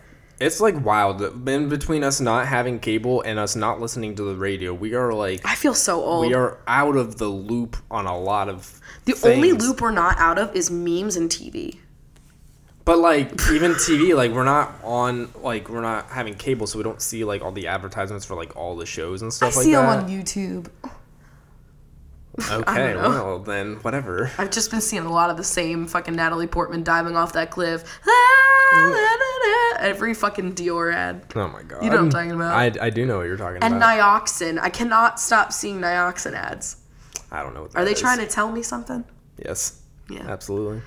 it's like wild. In between us not having cable and us not listening to the radio, we are like I feel so old. we are out of the loop on a lot of the only things. loop we're not out of is memes and TV. But like even TV, like we're not on like we're not having cable, so we don't see like all the advertisements for like all the shows and stuff like that. YouTube. okay, well then whatever. I've just been seeing a lot of the same fucking Natalie Portman diving off that cliff. Every fucking Dior ad. Oh my god. You know what I'm talking about. I, I do know what you're talking And about. Nioxin. I cannot stop seeing Nioxin ads. I don't know what Are they trying to tell me something? Yes. Yeah. Absolutely.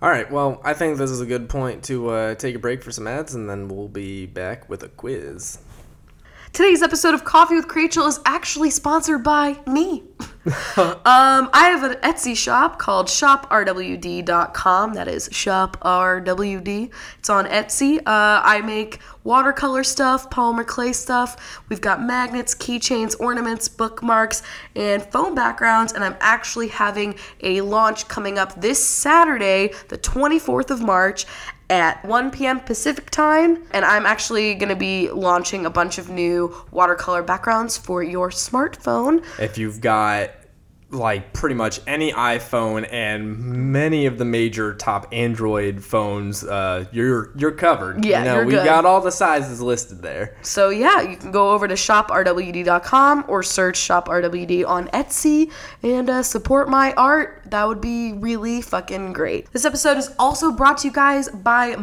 All right. Well, I think this is a good point to uh, take a break for some ads, and then we'll be back with a quiz. Today's episode of Coffee with Rachel is actually sponsored by me. um, I have an Etsy shop called shoprwd.com. That is shoprwd. It's on Etsy. Uh, I make watercolor stuff, polymer clay stuff. We've got magnets, keychains, ornaments, bookmarks, and phone backgrounds. And I'm actually having a launch coming up this Saturday, the 24th of March at 1 p.m. Pacific time, and I'm actually going to be launching a bunch of new watercolor backgrounds for your smartphone. If you've got like pretty much any iPhone and many of the major top Android phones, uh, you're you're covered. Yeah, you know, you're we good. got all the sizes listed there. So yeah, you can go over to shoprwd.com or search shoprwd on Etsy and uh, support my art. That would be really fucking great. This episode is also brought to you guys by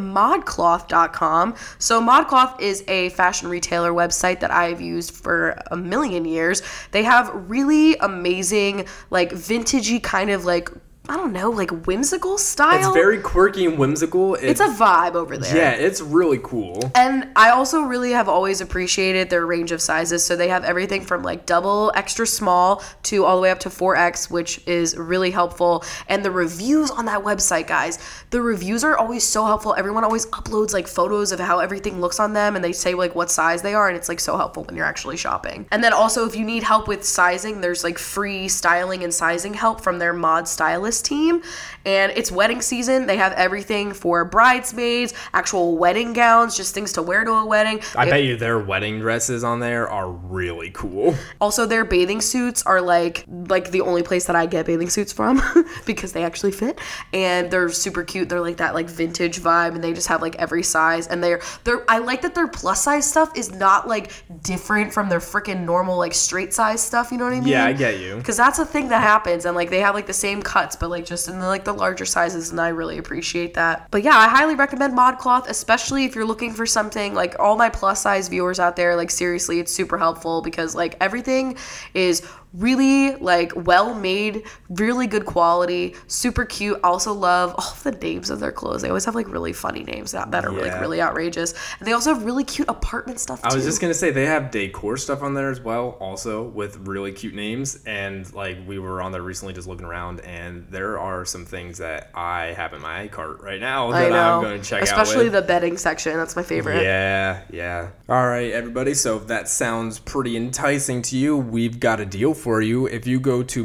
modcloth.com. So modcloth is a fashion retailer website that I've used for a million years. They have really amazing like vintagey kind of like I don't know, like whimsical style. It's very quirky and whimsical. it's a vibe over there. yeah, it's really cool. And I also really have always appreciated their range of sizes. So they have everything from like double, extra small to all the way up to 4X, which is really helpful. And the reviews on that website, guys, the reviews are always so helpful. Everyone always uploads like photos of how everything looks on them and they say like what size they are. And it's like so helpful when you're actually shopping. And then also, if you need help with sizing, there's like free styling and sizing help from their mod stylist team. And it's wedding season. They have everything for bridesmaids, actual wedding gowns, just things to wear to a wedding. I bet you their wedding dresses on there are really cool. Also, their bathing suits are like like the only place that I get bathing suits from because they actually fit and they're super cute. They're like that like vintage vibe and they just have like every size and they're they're I like that their plus size stuff is not like different from their freaking normal like straight size stuff. You know what I mean? Yeah, I get you. Because that's a thing that happens, and like they have like the same cuts, but like just in the, like the larger sizes, and I really appreciate that. But yeah, I highly recommend ModCloth, especially if you're looking for something like all my plus size viewers out there. Like seriously, it's super helpful because like everything is really like well made, really good quality, super cute. Also love all the names of their clothes. They always have like really funny names that, that are like Yeah. really outrageous, and they also have really cute apartment stuff. I too. was just gonna say they have decor stuff on there as well, also with really cute names. And like we were on there recently, just looking around, and there are some things that I have in my cart right now I that know, I'm going to check especially out. the bedding section. That's my favorite. with. yeah, yeah. All right, everybody. So if that sounds pretty enticing to you, we've got a deal for you. If you go to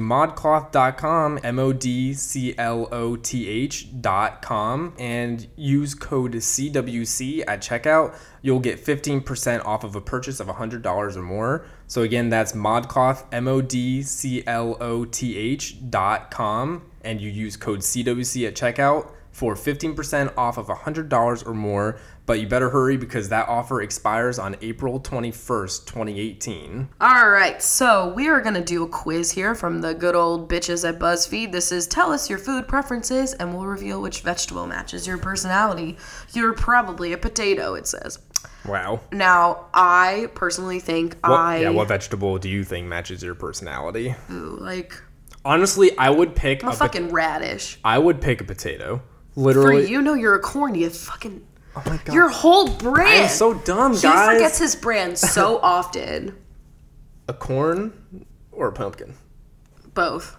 modcloth.com, M O D C L O T H dot com, and use code CWC at checkout, you'll get 15% off of a purchase of $100 or more. So again, that's modcloth, M O D C L O T H dot com, and you use code CWC at checkout. for 15% off of $100 or more, but you better hurry because that offer expires on April 21st, 2018. All right, so we are going to do a quiz here from the good old bitches at BuzzFeed. This is tell us your food preferences and we'll reveal which vegetable matches your personality. You're probably a potato, it says. Wow. Now, I personally think What, I yeah, what vegetable do you think matches your personality? ooh, like Honestly, I would pick a, I'm a pot- fucking radish. I would pick a potato. For Literally. you know you're a corn, you fucking Oh my god. your whole brand. I'm so dumb, he guys. forgets his brand so often. a corn or a pumpkin? Both.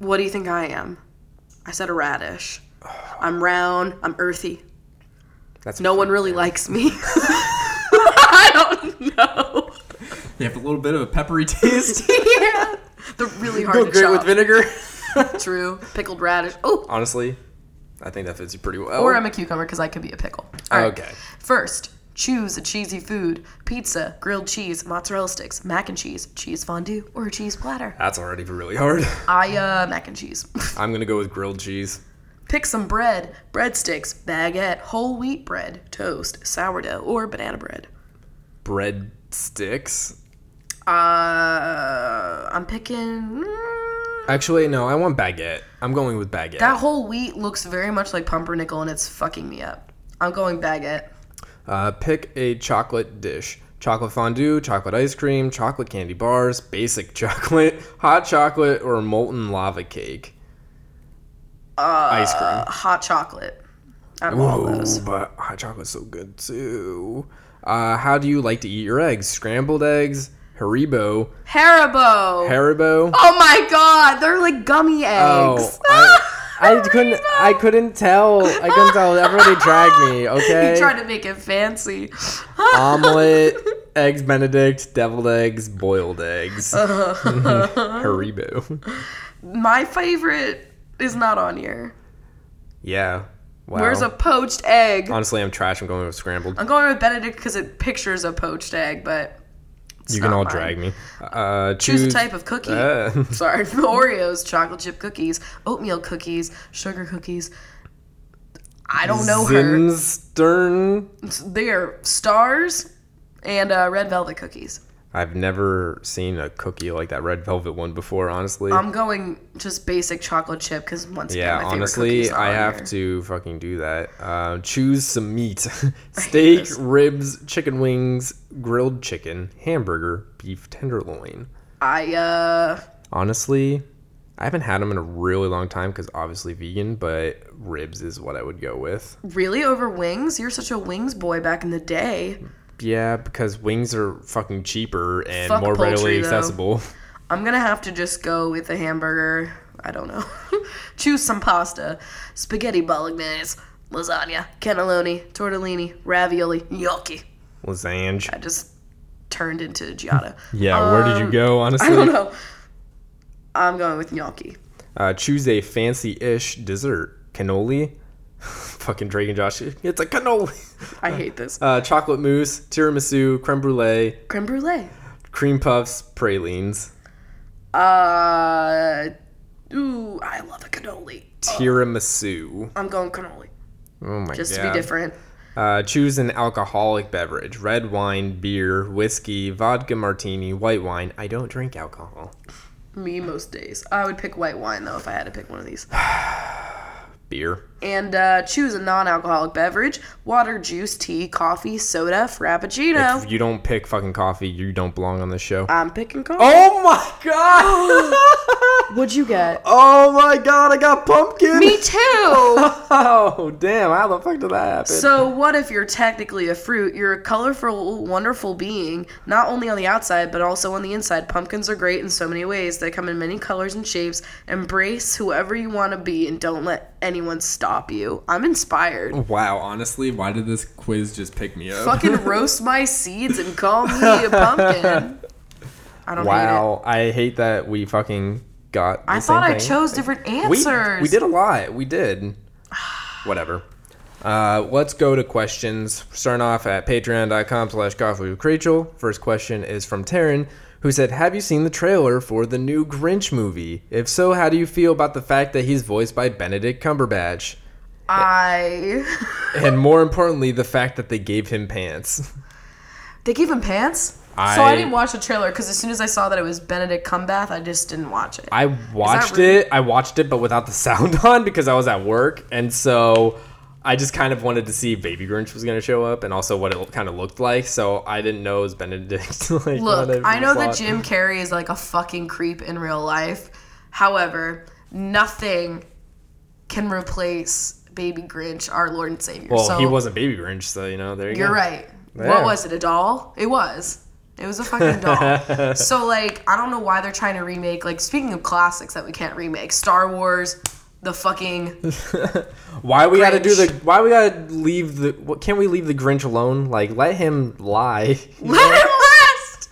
What do you think I am? I said a radish. I'm round. I'm earthy. That's No one really likes me. I don't know. You have a little bit of a peppery taste. yeah. They're really hard Go to great chop. with vinegar. True. Pickled radish. Oh, Honestly, I think that fits you pretty well. or I'm a cucumber because I could be a pickle. All right. Okay. First, choose a cheesy food: pizza, grilled cheese, mozzarella sticks, mac and cheese, cheese fondue, or a cheese platter. That's already really hard. I uh mac and cheese. I'm gonna go with grilled cheese. Pick some bread, breadsticks, baguette, whole wheat bread, toast, sourdough, or banana bread. Bread sticks. Uh, I'm picking. mm, Actually, no, I want baguette. I'm going with baguette. That whole wheat looks very much like pumpernickel and it's fucking me up. I'm going baguette. Uh, pick a chocolate dish. Chocolate fondue, chocolate ice cream, chocolate candy bars, basic chocolate, hot chocolate, or molten lava cake. ice cream. Hot chocolate. Out of Uh, all Whoa, those. but hot chocolate's so good too. Uh, how do you like to eat your eggs? Scrambled eggs, Haribo, Haribo. Haribo. Oh, oh my god, they're like gummy eggs. I, I couldn't. I couldn't tell. I couldn't tell. Everybody dragged me. Okay. He tried to make it fancy. Omelet, eggs Benedict, deviled eggs, boiled eggs, Haribo. My favorite is not on here. Yeah. Wow. Where's a poached egg? Honestly, I'm trash. I'm going with scrambled. I'm going with Benedict because it pictures a poached egg, but it's you can not all mine. drag me. Uh, Choose a type of cookie. Uh, Sorry, Oreos, chocolate chip cookies, oatmeal cookies, sugar cookies. I don't know her. Zinstern. They are stars and uh, red velvet cookies. I've never seen a cookie like that red velvet one before. Honestly. I'm going just basic chocolate chip because once again, yeah, my favorite honestly, cookie's not I on have here. to fucking do that. Uh, choose some meat: steak, ribs, chicken wings, grilled chicken, hamburger, beef tenderloin. I uh, Honestly, I haven't had them in a really long time because obviously vegan, but ribs is what I would go with. really over wings. You're such a wings boy back in the day. Yeah, because wings are fucking cheaper and Fuck more poultry, readily though. accessible. I'm gonna have to just go with a hamburger. I don't know. Choose some pasta, spaghetti bolognese, lasagna, cannelloni, tortellini, ravioli, gnocchi. Lasagne. I just turned into Giada. Yeah, where did you go, Um, I don't honestly? know. I'm going with gnocchi. Uh, choose a fancy ish dessert. Cannoli. fucking Drake and Josh. It's a cannoli. I hate this. Uh, chocolate mousse, tiramisu, creme brulee, Creme brulee. cream puffs, pralines, Uh, ooh, I love a cannoli. tiramisu. I'm going cannoli Oh my just god. to be different. Uh, choose an alcoholic beverage: red wine, beer, whiskey, vodka martini, white wine. I don't drink alcohol. Me most days. I would pick white wine though if I had to pick one of these. Beer. and uh, choose a non-alcoholic beverage: water, juice, tea, coffee, soda, frappuccino. If you don't pick fucking coffee, you don't belong on this show. I'm picking coffee. oh my god! What'd you get? oh my god! I got pumpkin. Me too. Oh damn! How the fuck did that happen? so what if you're technically a fruit? You're a colorful, wonderful being, not only on the outside but also on the inside. Pumpkins are great in so many ways. They come in many colors and shapes. Embrace whoever you want to be, and don't let anyone stop you. I'm inspired. wow. Honestly, why did this quiz just pick me up? Fucking roast my seeds and call me a pumpkin. I don't hate it. Wow, I hate that we fucking got. The I same thought I thing. chose different We, answers. we did a lot. We did. Whatever. Uh, let's go to questions. Starting off at patreon.com slash coffee with Rachel. First question is from Taryn, who said, Have you seen the trailer for the new Grinch movie? If so, how do you feel about the fact that he's voiced by Benedict Cumberbatch? I. and more importantly, the fact that they gave him pants. They gave him pants? so I I- didn't watch the trailer because as soon as I saw that it was Benedict Cumberbatch, I just didn't watch it. I watched really- it. I watched it, but without the sound on because I was at work, and so I just kind of wanted to see if Baby Grinch was going to show up, and also what it kind of looked like. So I didn't know it was Benedict. like, Look, whatever I know that slot. Jim Carrey is like a fucking creep in real life. However, nothing can replace Baby Grinch, our Lord and Savior. Well, so he wasn't Baby Grinch, so you know there you You're go. right. Yeah. What was it? A doll? It was. It was a fucking doll. so like, I don't know why they're trying to remake. Like, speaking of classics that we can't remake, Star Wars, the fucking Why we got to do Grinch. the? Why we got to leave the? What can't we leave the Grinch alone? Like let him lie. let him last.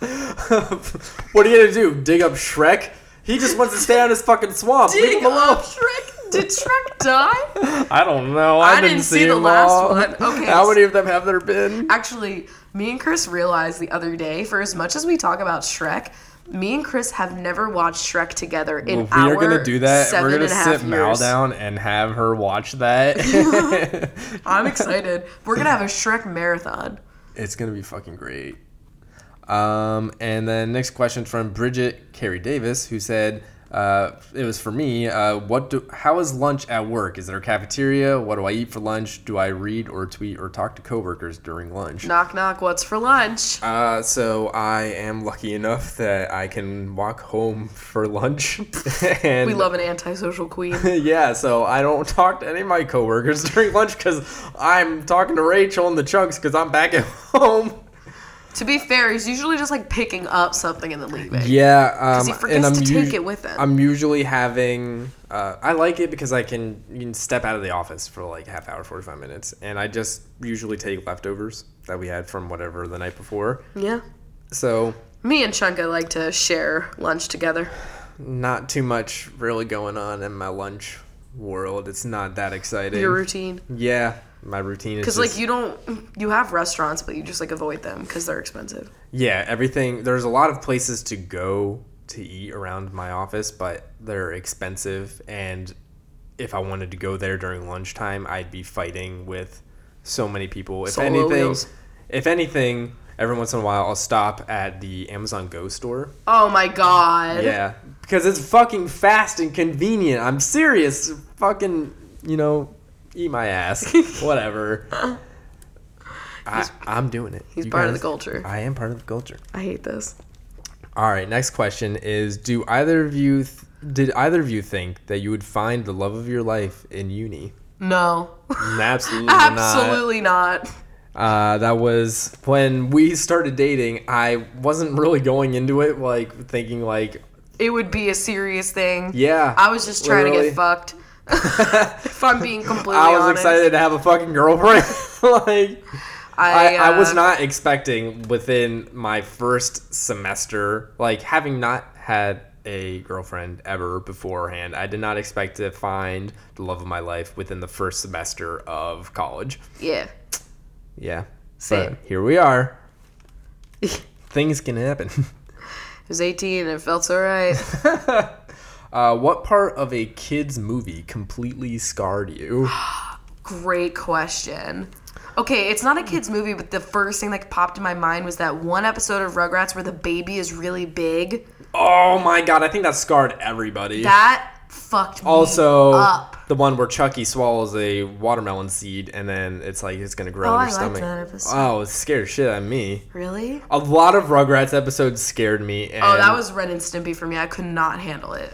what are you gonna do? Dig up Shrek? He just wants to stay on his fucking swamp. leave Dig him alone. up Shrek. Did Shrek die? I don't know. I I, didn't see the them last all. one. Okay, How so- many of them have there been? Actually, me and Chris realized the other day. For as much as we talk about Shrek. Me and Chris have never watched Shrek together in If we our are gonna do that. seven We're gonna and a half sit Mal years. down and have her watch that. I'm excited. We're gonna have a Shrek marathon. it's gonna be fucking great. Um, and then next question from Bridget Carey Davis, who said, uh, "It was for me. Uh, what do? How is lunch at work? Is there a cafeteria? What do I eat for lunch? Do I read or tweet or talk to coworkers during lunch?" Knock knock. What's for lunch? Uh, so I am lucky enough that I can walk home for lunch. and We love an antisocial queen. yeah, so I don't talk to any of my coworkers during lunch because I'm talking to Rachel and the Chunks because I'm back at home. To be fair, he's usually just like picking up something and then leaving. Yeah, um, he forgets to take it with him. I'm usually having. Uh, I like it because I can, you can step out of the office for like half hour, forty five minutes, and I just usually take leftovers that we had from whatever the night before. Yeah. So Me and Chunka like to share lunch together. not too much really going on in my lunch world. It's not that exciting. Your routine. yeah, my routine is Because just, like you don't, you have restaurants, but you just like avoid them because they're expensive. yeah, everything. There's a lot of places to go to eat around my office, but they're expensive. And if I wanted to go there during lunchtime, I'd be fighting with so many people. If Solo anything, wheels. if anything, every once in a while, I'll stop at the Amazon Go store. Oh my god. Yeah, because it's fucking fast and convenient. I'm serious. Fucking, you know, eat my ass. Whatever. I, I'm doing it. He's You part of guys- the culture. I am part of the culture. I hate this. All right. Next question is: Do either of you th- did either of you think that you would find the love of your life in uni? No. Absolutely, not. Absolutely not. Uh, that was when we started dating. I wasn't really going into it like thinking like, It would be a serious thing. yeah. I was just trying to literally. get fucked. if I'm being completely I was honest. excited to have a fucking girlfriend. like I, I, was uh, not expecting within my first semester, like having not had a girlfriend ever beforehand, I did not expect to find the love of my life within the first semester of college. Yeah. Yeah. Same. But here we are. Things can happen. I was 18 and it felt alright. Uh, what part of a kid's movie completely scarred you? Great question. Okay, it's not a kids movie, but the first thing that popped in my mind was that one episode of Rugrats where the baby is really big. Oh my god, I think that scarred everybody. That fucked Oh. me Also, up. the one where Chucky swallows a watermelon seed and then it's like it's gonna grow Oh, in I your liked stomach. that episode. Oh, it scared shit out of me. Really? A lot of Rugrats episodes scared me. And, Oh, that was Ren and Stimpy for me. I could not handle it.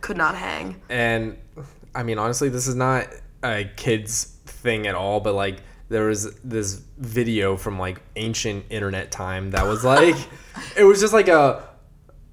Could not hang. And I mean, honestly, this is not a kids thing at all. But like, there was this video from like ancient internet time that was like, it was just like a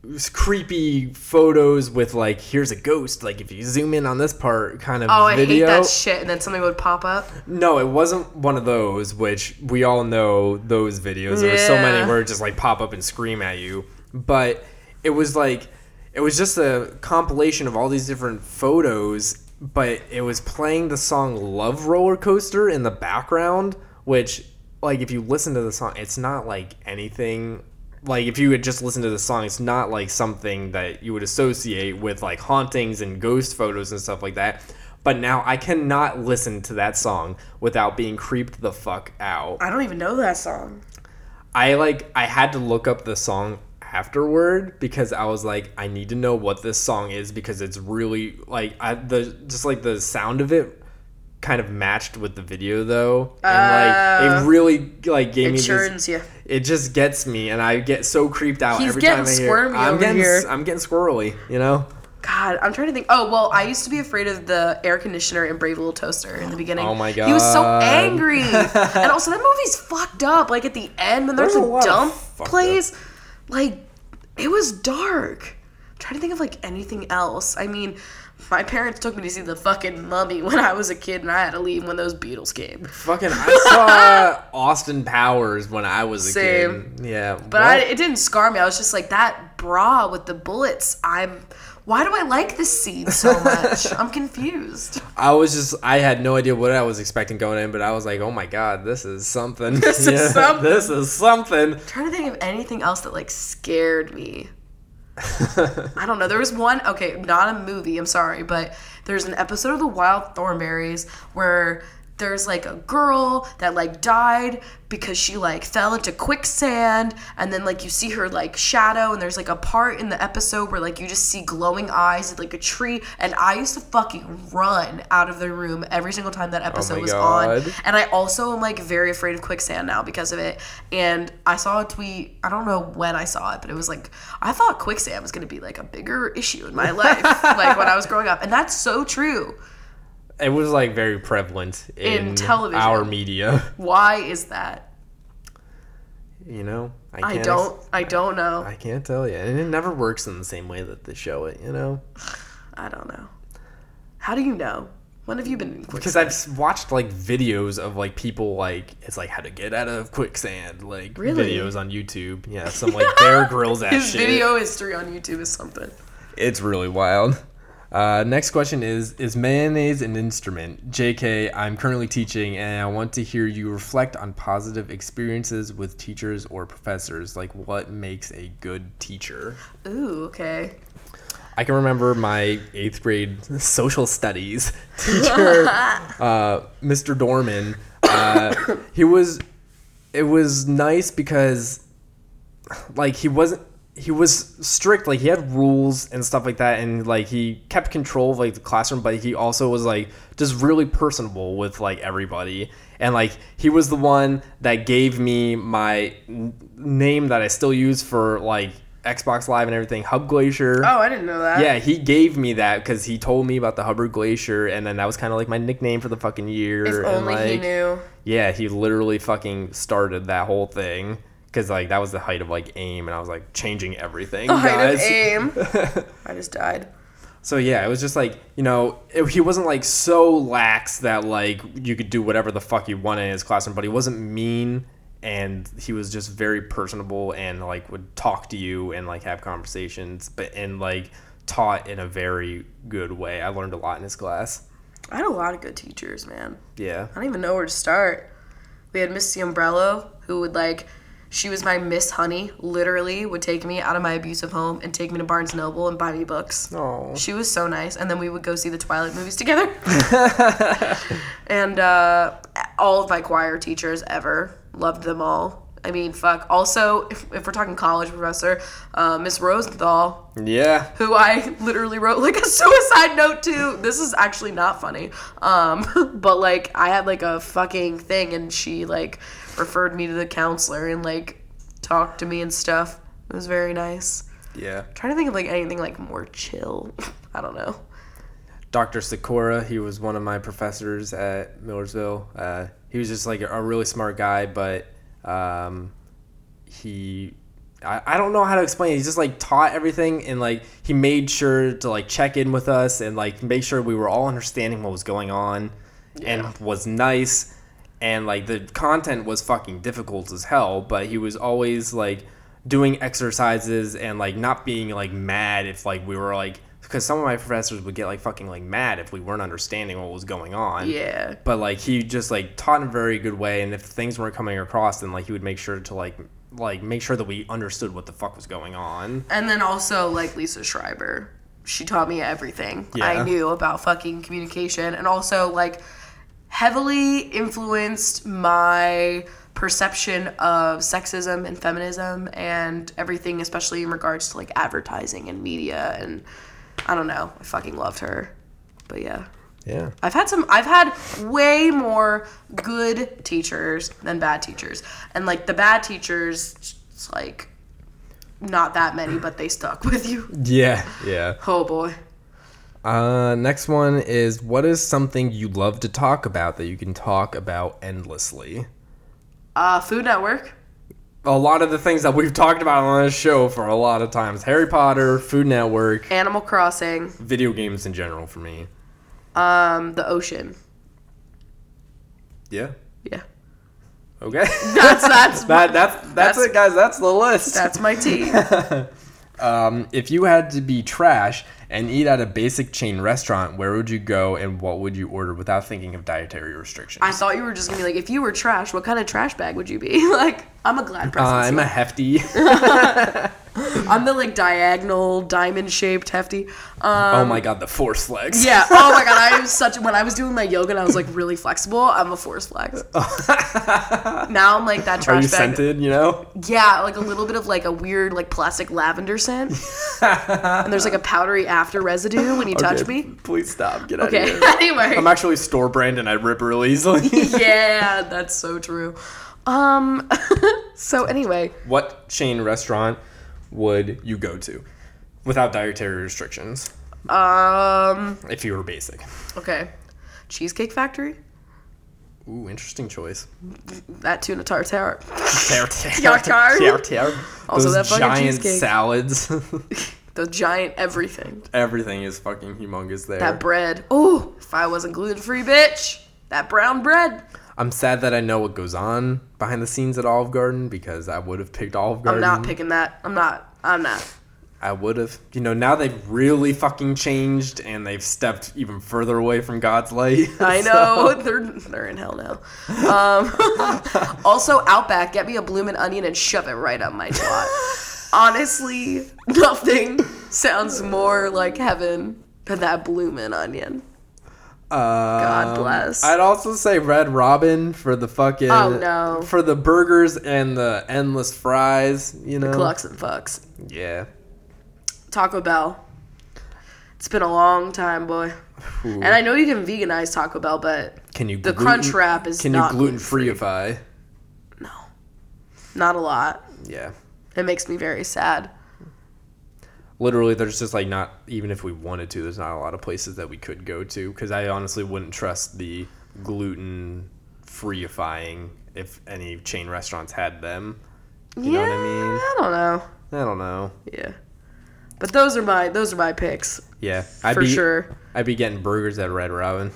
it was creepy photos with like here's a ghost like if you zoom in on this part kind of Oh, I video hate that shit. And then something would pop up. No, it wasn't one of those, which we all know those videos. There were so Yeah. many where it just like pop up and scream at you. But it was like, it was just a compilation of all these different photos, but it was playing the song Love Roller Coaster in the background, which, like, if you listen to the song, it's not like anything. Like, if you had just listened to the song, it's not like something that you would associate with like hauntings and ghost photos and stuff like that. But now I cannot listen to that song without being creeped the fuck out. I don't even know that song. I like I had to look up the song afterward because I was like I need to know what this song is because it's really like I the just like the sound of it kind of matched with the video though and like it really like gave me Uh, It this- churns you. it just gets me and I get so creeped out He's every time getting I hear squirmy I'm over getting here. s- I'm getting squirrely, you know? God, I'm trying to think. Oh well, I used to be afraid of the air conditioner in Brave Little Toaster in the beginning. Oh my he was so God. angry. and also, that movie's fucked up. Like at the end when there's, There's a a, lot of dump fucked up. place, like it was dark. I'm trying to think of like anything else. I mean, my parents took me to see the fucking Mummy when I was a kid, and I had to leave when those Beatles came. Fucking I saw Austin Powers when I was a Same. kid. Yeah. But I, it didn't scar me. I was just like that bra with the bullets. I'm. Why do I like this scene so much? I'm confused. I was just I had no idea what I was expecting going in, but I was like, "Oh my god, this is something. This is something. This is something." trying to think of anything else that like scared me. I don't know. There was one, okay, not a movie, I'm sorry, but there's an episode of The Wild Thornberries where there's like a girl that like died because she like fell into quicksand and then like you see her like shadow and there's like a part in the episode where like you just see glowing eyes at like a tree and I used to fucking run out of the room every single time that episode Oh my was on God. and I also am like very afraid of quicksand now because of it. And I saw a tweet, I don't know when I saw it, but it was like, I thought quicksand was going to be like a bigger issue in my life, like when I was growing up. And that's so true. It was like very prevalent in, In television. our media. Why is that? You know, I ex- don't, I don't know. I can't tell you, and it never works in the same way that they show it. You know, I don't know. How do you know? When have you been in quicksand? because I've s- watched like videos of like people like it's like how to get out of quicksand, like Really? videos on YouTube. Yeah, some like Bear Grylls ass His shit. video history on YouTube is something. It's really wild. Uh, next question is Is mayonnaise an instrument? JK, I'm currently teaching and I want to hear you reflect on positive experiences with teachers or professors. Like, what makes a good teacher? Ooh, okay. I can remember my eighth grade social studies teacher, uh, Mr. Dorman. Uh, he was, it was nice because, like, he wasn't, he was strict. Like, he had rules and stuff like that, and like he kept control of like the classroom, but he also was like just really personable with like everybody. And like he was the one that gave me my n- name that I still use for like Xbox Live and everything, Hub Glacier. Oh, I didn't know that. Yeah, he gave me that because he told me about the Hubbard Glacier, and then that was kind of like my nickname for the fucking year. If and, only he like, knew. Yeah, he literally fucking started that whole thing because like that was the height of like AIM, and I was like changing everything. I had guys. aim. I just died. So yeah, it was just like you know it, he wasn't like so lax that like you could do whatever the fuck you wanted in his classroom, but he wasn't mean and he was just very personable and like would talk to you and like have conversations, but and like taught in a very good way. I learned a lot in his class. I had a lot of good teachers, man. Yeah, I don't even know where to start. We had Miss Umbrello, who would like, she was my Miss Honey, literally would take me out of my abusive home and take me to Barnes Noble and buy me books. Oh. She was so nice. And then we would go see the Twilight movies together. and uh, all of my choir teachers ever loved them all. I mean, fuck. Also, if, if we're talking college professor, uh, Miss Rosenthal, yeah. who I literally wrote like a suicide note to. This is actually not funny. Um, but like I had like a fucking thing and she like referred me to the counselor and like talked to me and stuff. It was very nice. Yeah. trying to think of like anything like more chill. I don't know. Dr. Sakura, he was one of my professors at Millersville. Uh, he was just like a, a really smart guy, but um, he, I, I don't know how to explain it. He just like taught everything and like he made sure to like check in with us and like make sure we were all understanding what was going on and was nice. And like the content was fucking difficult as hell, but he was always like doing exercises and like not being like mad if like we were like, because some of my professors would get like fucking like mad if we weren't understanding what was going on Yeah. but like he just like taught in a very good way and if things weren't coming across then like he would make sure to like like make sure that we understood what the fuck was going on And then also like Lisa Schreiber. she taught me everything Yeah. I knew about fucking communication and also like heavily influenced my perception of sexism and feminism and everything especially in regards to like advertising and media and I don't know. I fucking loved her. But yeah. Yeah. I've had some I've had way more good teachers than bad teachers. And like the bad teachers it's like not that many, but they stuck with you. Yeah. Yeah. Oh boy. Uh, next one is what is something you love to talk about that you can talk about endlessly? Uh Food Network. A lot of the things that we've talked about on this show for a lot of times Harry Potter, Food Network, Animal Crossing, video games in general for me. um, the ocean. Yeah. Yeah, Okay. that's that's that, that's, that's That's- it, guys. That's the list. that's my tea. Um, if you had to be trash and eat at a basic chain restaurant, where would you go and what would you order without thinking of dietary restrictions? I thought you were just gonna be like, if you were trash, what kind of trash bag would you be? like, I'm a glad Uh, presence. I'm a hefty. um, I'm the like diagonal diamond shaped hefty. Um, oh my god, the force legs. yeah. Oh my god, I am such. When I was doing my yoga and I was like really flexible, I'm a force flex. now I'm like that Are trash you bag. scented? You know. Yeah, like a little bit of like a weird like plastic lavender scent. and there's like a powdery after residue when you touch Okay, me. Please stop. Get out Okay. of here. anyway. I'm actually store brand and I rip real easily. yeah, that's so true. Um so anyway, what chain restaurant would you go to without dietary restrictions um if you were basic? okay. Cheesecake Factory? Ooh, interesting choice. That tuna tartare. Tartare. Tartare. Also Those that fucking giant cheesecake. salads. The giant everything. Everything is fucking humongous there. That bread. Oh, if I wasn't gluten-free, bitch. That brown bread. I'm sad that I know what goes on behind the scenes at Olive Garden because I would have picked Olive I'm Garden. not picking that. I'm not. I'm not. I would have. You know, now they've really fucking changed and they've stepped even further away from God's light. I So- know they're they're in hell now. Um, also, Outback, get me a bloomin' onion and shove it right up my twat. Honestly, nothing sounds more like heaven than that bloomin' onion. God bless. uh, I'd also say Red Robin for the fucking. Oh, no. For the burgers and the endless fries, you know? Clucks and fucks. Yeah. Taco Bell. It's been a long time, boy. Ooh. And I know you can veganize Taco Bell, but Can you the crunch wrap is Can you not gluten freeify? no, not a lot. Yeah. It makes me very sad. literally there's just like not even if we wanted to there's not a lot of places that we could go to because i honestly wouldn't trust the gluten freeifying if any chain restaurants had them yeah, know what I mean? I don't know. i don't know Yeah. But those are my those are my picks yeah i'd for be sure. i'd be getting burgers at red robin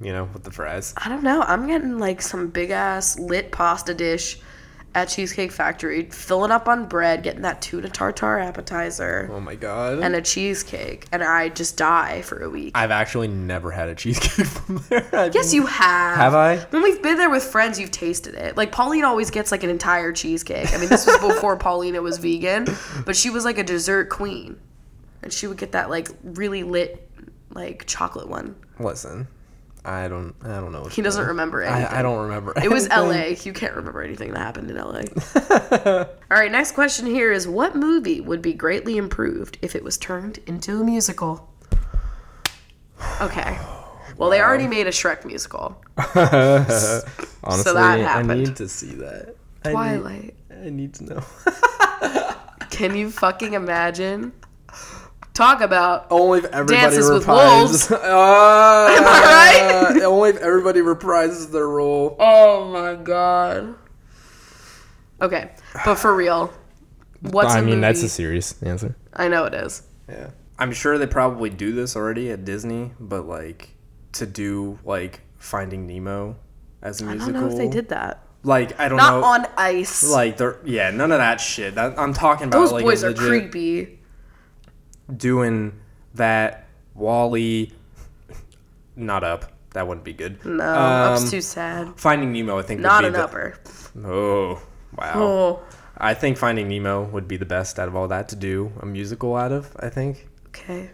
you know with the fries I don't know. I'm getting like some big ass lit pasta dish at Cheesecake Factory, filling up on bread, getting that tuna tartare appetizer oh my god and a cheesecake, and I just die for a week. i've actually never had a cheesecake from there I yes, you have. Have I? When we've been there with friends, you've tasted it. Like Pauline always gets like an entire cheesecake. I mean, this was before Paulina was vegan, but she was like a dessert queen, and she would get that like really lit like chocolate one. listen i don't i don't know what He doesn't remember anything. I, I don't remember It was anything. LA. You can't remember anything that happened in LA. All right, next question here is what movie would be greatly improved if it was turned into a musical? Okay. Well, they already made a Shrek musical. honestly that i happened. need to see that I need- Twilight. I need to know. Can you fucking imagine? Talk about only if everybody Dances with reprises. Wolves. Ah, Am I right? only if everybody reprises their role. Oh my god. Okay, but for real, what's a movie? serious answer. I know it is. Yeah, I'm sure they probably do this already at Disney, but like to do like Finding Nemo as a I don't musical. know if they did that. Like I don't Not know. on ice. like they're yeah, none of that shit. That, I'm talking about Those like boys are legit creepy. doing that Wally. Not up. That wouldn't be good. No, Um, up's too sad. Finding Nemo, I think, Not would an be the- upper. Oh wow. Oh, I think Finding Nemo would be the best out of all that to do a musical out of. I think. okay.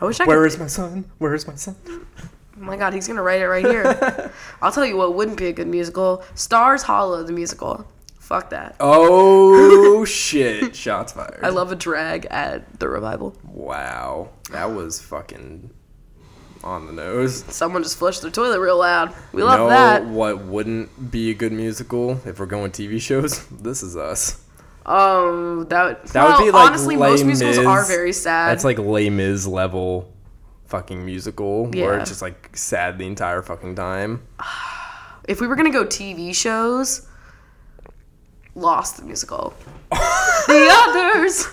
I wish I Where could. is my son? Where is my son? Oh my god, he's gonna write it right here. I'll tell you what wouldn't be a good musical: Stars Hollow, the musical. Fuck that. Oh shit! Shots fired. I love a drag at the revival. wow, that was fucking on the nose. Someone just flushed their toilet real loud. We love know that. what wouldn't be a good musical if we're going TV shows? This is us. Um, that would, That would well, be like honestly, Les most musicals Mis. are very sad. That's like Les Mis level fucking musical where Yeah. it's just like sad the entire fucking time. if we were gonna go TV shows, Lost the musical. the others.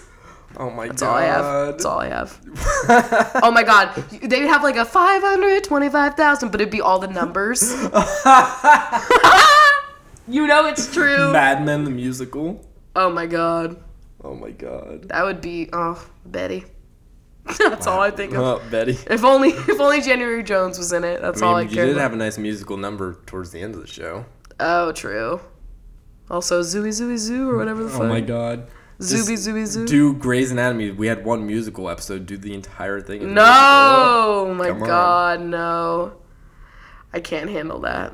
Oh my That's all I have. That's all I have. oh my god, they'd have like a five hundred twenty-five thousand, but it'd be all the numbers. you know it's true. Mad Men the musical. Oh my god, Oh my god. that would be oh Betty. that's all I think of. Oh, Betty. If only if only January Jones was in it. That's I all I mean, you care. did about. have a nice musical number towards the end of the show. Oh, true. Also, Zooey Zooey Zoo or whatever the Oh fuck. god. Zooby Zooey Zoo. Do Grey's Anatomy. We had one musical episode. Do the entire thing. in no, musical. oh my Come on. god, no. I can't handle that.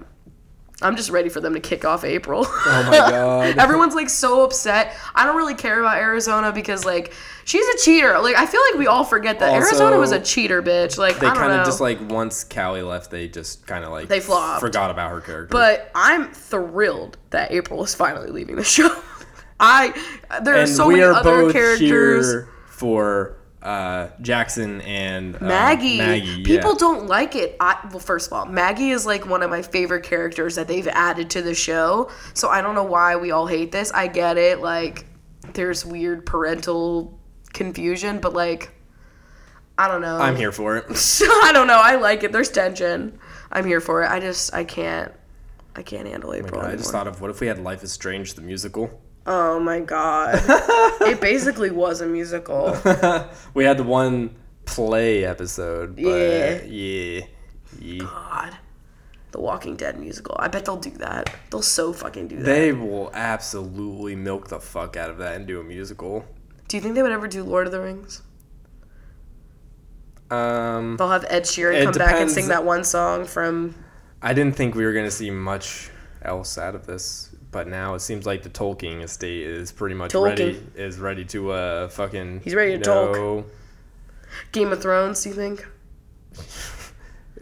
I'm just ready for them to kick off April. Oh my god. Everyone's like so upset. I don't really care about Arizona because like she's a cheater. Like I feel like we all forget that Also, Arizona was a cheater bitch. Like They I don't kind know. of just like once Callie left, they just kind of like They flopped. Forgot about her character. but I'm thrilled that April is finally leaving the show. I there are and so we many are other both characters. here for uh, Jackson and uh, Maggie. Maggie, People yeah. don't like it. I, well, first of all, Maggie is like one of my favorite characters that they've added to the show. So I don't know why we all hate this. I get it. Like, there's weird parental confusion, but like, I don't know. I'm here for it. I don't know. I like it. There's tension. I'm here for it. I just, I can't, I can't handle April. Oh I anymore. just thought of what if we had Life is Strange the musical. oh my god. it basically was a musical. we had the one play episode. But Yeah. yeah. Yeah. yeah. God. The Walking Dead musical. I bet they'll do that. They'll so fucking do that. They will absolutely milk the fuck out of that and do a musical. Do you think they would ever do Lord of the Rings? Um, They'll have Ed Sheeran It come back and depends. sing that one song from. I didn't think we were going to see much else out of this, but now it seems like the Tolkien estate is pretty much ready Tolkien. is ready to uh fucking He's ready to talk. Tolk. Game of Thrones, do you think?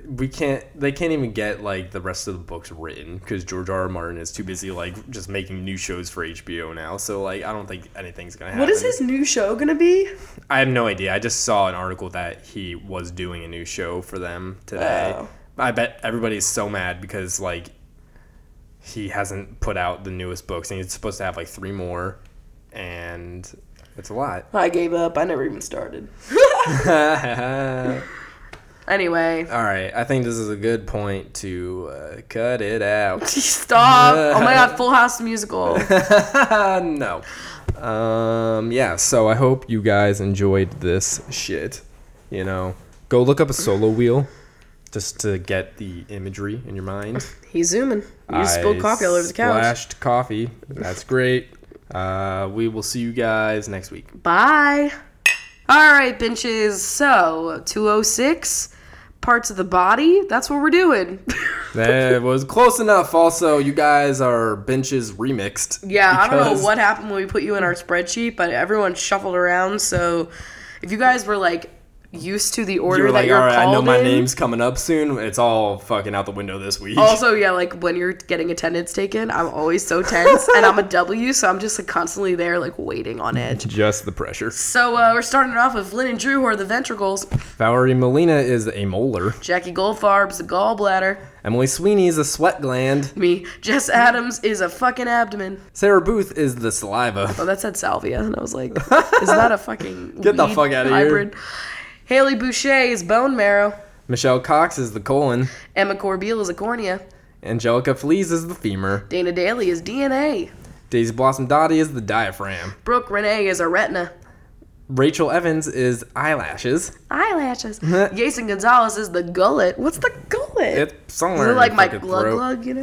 we can't they can't even get like the rest of the books written because george r. r martin is too busy like just making new shows for hbo now so like i don't think anything's gonna happen What is his new show gonna be? i have no idea i just saw an article that he was doing a new show for them today Oh. i bet everybody's so mad because like he hasn't put out the newest books and he's supposed to have like three more and it's a lot I gave up. I never even started. all Anyway, right i think this is a good point to uh, cut it out stop. oh my god, Full House musical. no. Um, yeah, so I hope you guys enjoyed this shit. You know, go look up a solo wheel just to get the imagery in your mind. He's zooming. You just spilled I coffee all over the couch. Splashed coffee. That's great. Uh, we will see you guys next week. Bye. All right, benches. So 206 parts of the body. That's what we're doing. That was close enough. Also, you guys are benches remixed. Yeah, I don't know because- what happened when we put you in our spreadsheet, but everyone shuffled around. So if you guys were like used to the order You were that like, you're all right, I called know my in, name's coming up soon. It's all fucking out the window this week. Also, yeah, like when you're getting attendance taken, I'm always so tense, and I'm a W, so I'm just like constantly there, like waiting on edge. just the pressure. So uh, we're starting it off with Lynn and Drew, who are the ventricles. Valerie Molina is a molar. Jackie Goldfarb's the gallbladder. Emily Sweeney is a sweat gland. Me. Jess Adams is a fucking abdomen. Sarah Booth is the saliva. Oh, that said salvia, and I was like, is that a fucking Get the weed fuck outta here. hybrid? Haley Boucher is bone marrow. Michelle Cox is the colon. Emma Corbeil is a cornea. Angelica Flees is the femur. Dana Daly is DNA. Daisy Blossom Dottie is the diaphragm. Brooke Renee is a retina. Rachel Evans is eyelashes. Eyelashes. Jason Gonzalez is the gullet. What's the gullet? It's somewhere. Is it in like your my fucking glug throat. glug, you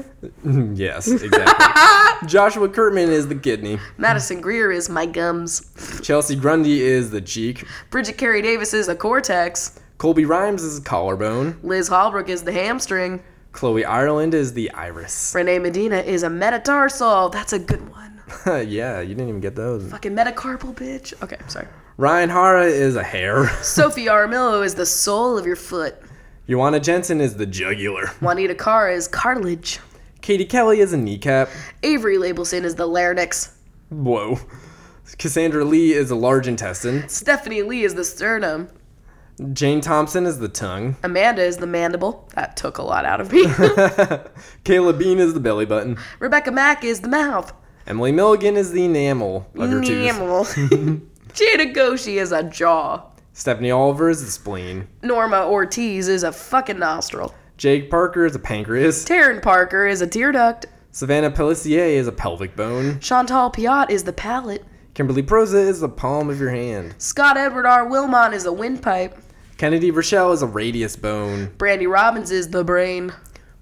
know? yes, exactly. Joshua Kurtman is the kidney. Madison Greer is my gums. Chelsea Grundy is the cheek. Bridget Carey Davis is a cortex. Colby Rhymes is the collarbone. Liz Holbrook is the hamstring. Chloe Ireland is the iris. Renee Medina is a metatarsal. That's a good one. yeah, you didn't even get those. Fucking metacarpal bitch. Okay, sorry. Ryan Hara is a hair. Sophie Armillo is the sole of your foot. Joanna Jensen is the jugular. Juanita Carr is cartilage. Katie Kelly is a kneecap. Avery Labelson is the larynx. Whoa. Cassandra Lee is a large intestine. Stephanie Lee is the sternum. Jane Thompson is the tongue. Amanda is the mandible. That took a lot out of me. Kayla Bean is the belly button. Rebecca Mack is the mouth. Emily Milligan is the enamel of your tooth. Enamel. Jada Goshi is a jaw. Stephanie Oliver is the spleen. Norma Ortiz is a fucking nostril. Jake Parker is a pancreas. Taryn Parker is a tear duct. Savannah Pellissier is a pelvic bone. Chantal Piat is the palate. Kimberly Proza is the palm of your hand. Scott Edward R. Wilmot is a windpipe. Kennedy Rochelle is a radius bone. Brandy Robbins is the brain.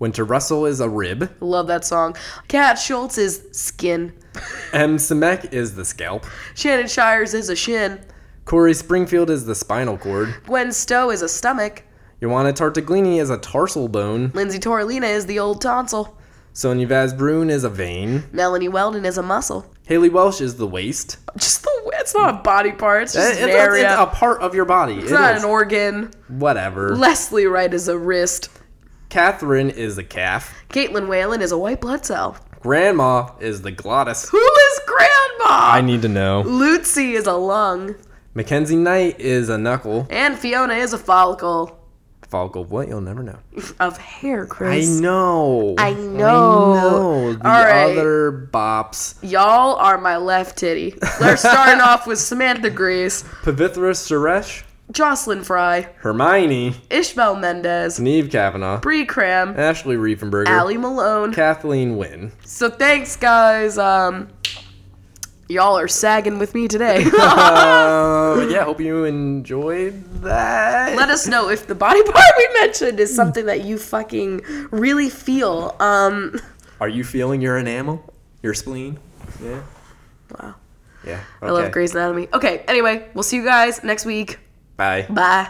Winter Russell is a rib. Love that song. Kat Schultz is skin. M. Simek is the scalp. Shannon Shires is a shin. Corey Springfield is the spinal cord. Gwen Stowe is a stomach. Ioana Tartaglini is a tarsal bone. Lindsay Torolina is the old tonsil. Sonia Vazbrun is a vein. Melanie Weldon is a muscle. Haley Welsh is the waist. Just the it's not a body part. It's just It- an it's, it's- area. it's a part of your body. It uh, It's not is. an organ. Whatever. Leslie Wright is a wrist. Catherine is the calf. Caitlin Whalen is a white blood cell. Grandma is the glottis. Who is grandma? I need to know. Lutzi is a lung. Mackenzie Knight is a knuckle. And Fiona is a follicle Follicle, what? You'll never know. of hair, I Chris. know. I know. know. The All right. other bops. Y'all are my left titty. We're starting off with Samantha Grace, Pavithra Suresh, Jocelyn Fry, Hermione, Ishmael Mendez, Neve Kavanaugh, Bree Cram, Ashley Riefenberger, Allie Malone. Kathleen Wynn. So thanks, guys. Um, y'all are sagging with me today. Uh, yeah, hope you enjoyed that. Let us know if the body part we mentioned is something that you fucking really feel. Um, Are you feeling your enamel? Your spleen? Yeah. Wow. Yeah. I love okay. Grey's Anatomy. Okay, anyway, we'll see you guys next week. Bye. Bye.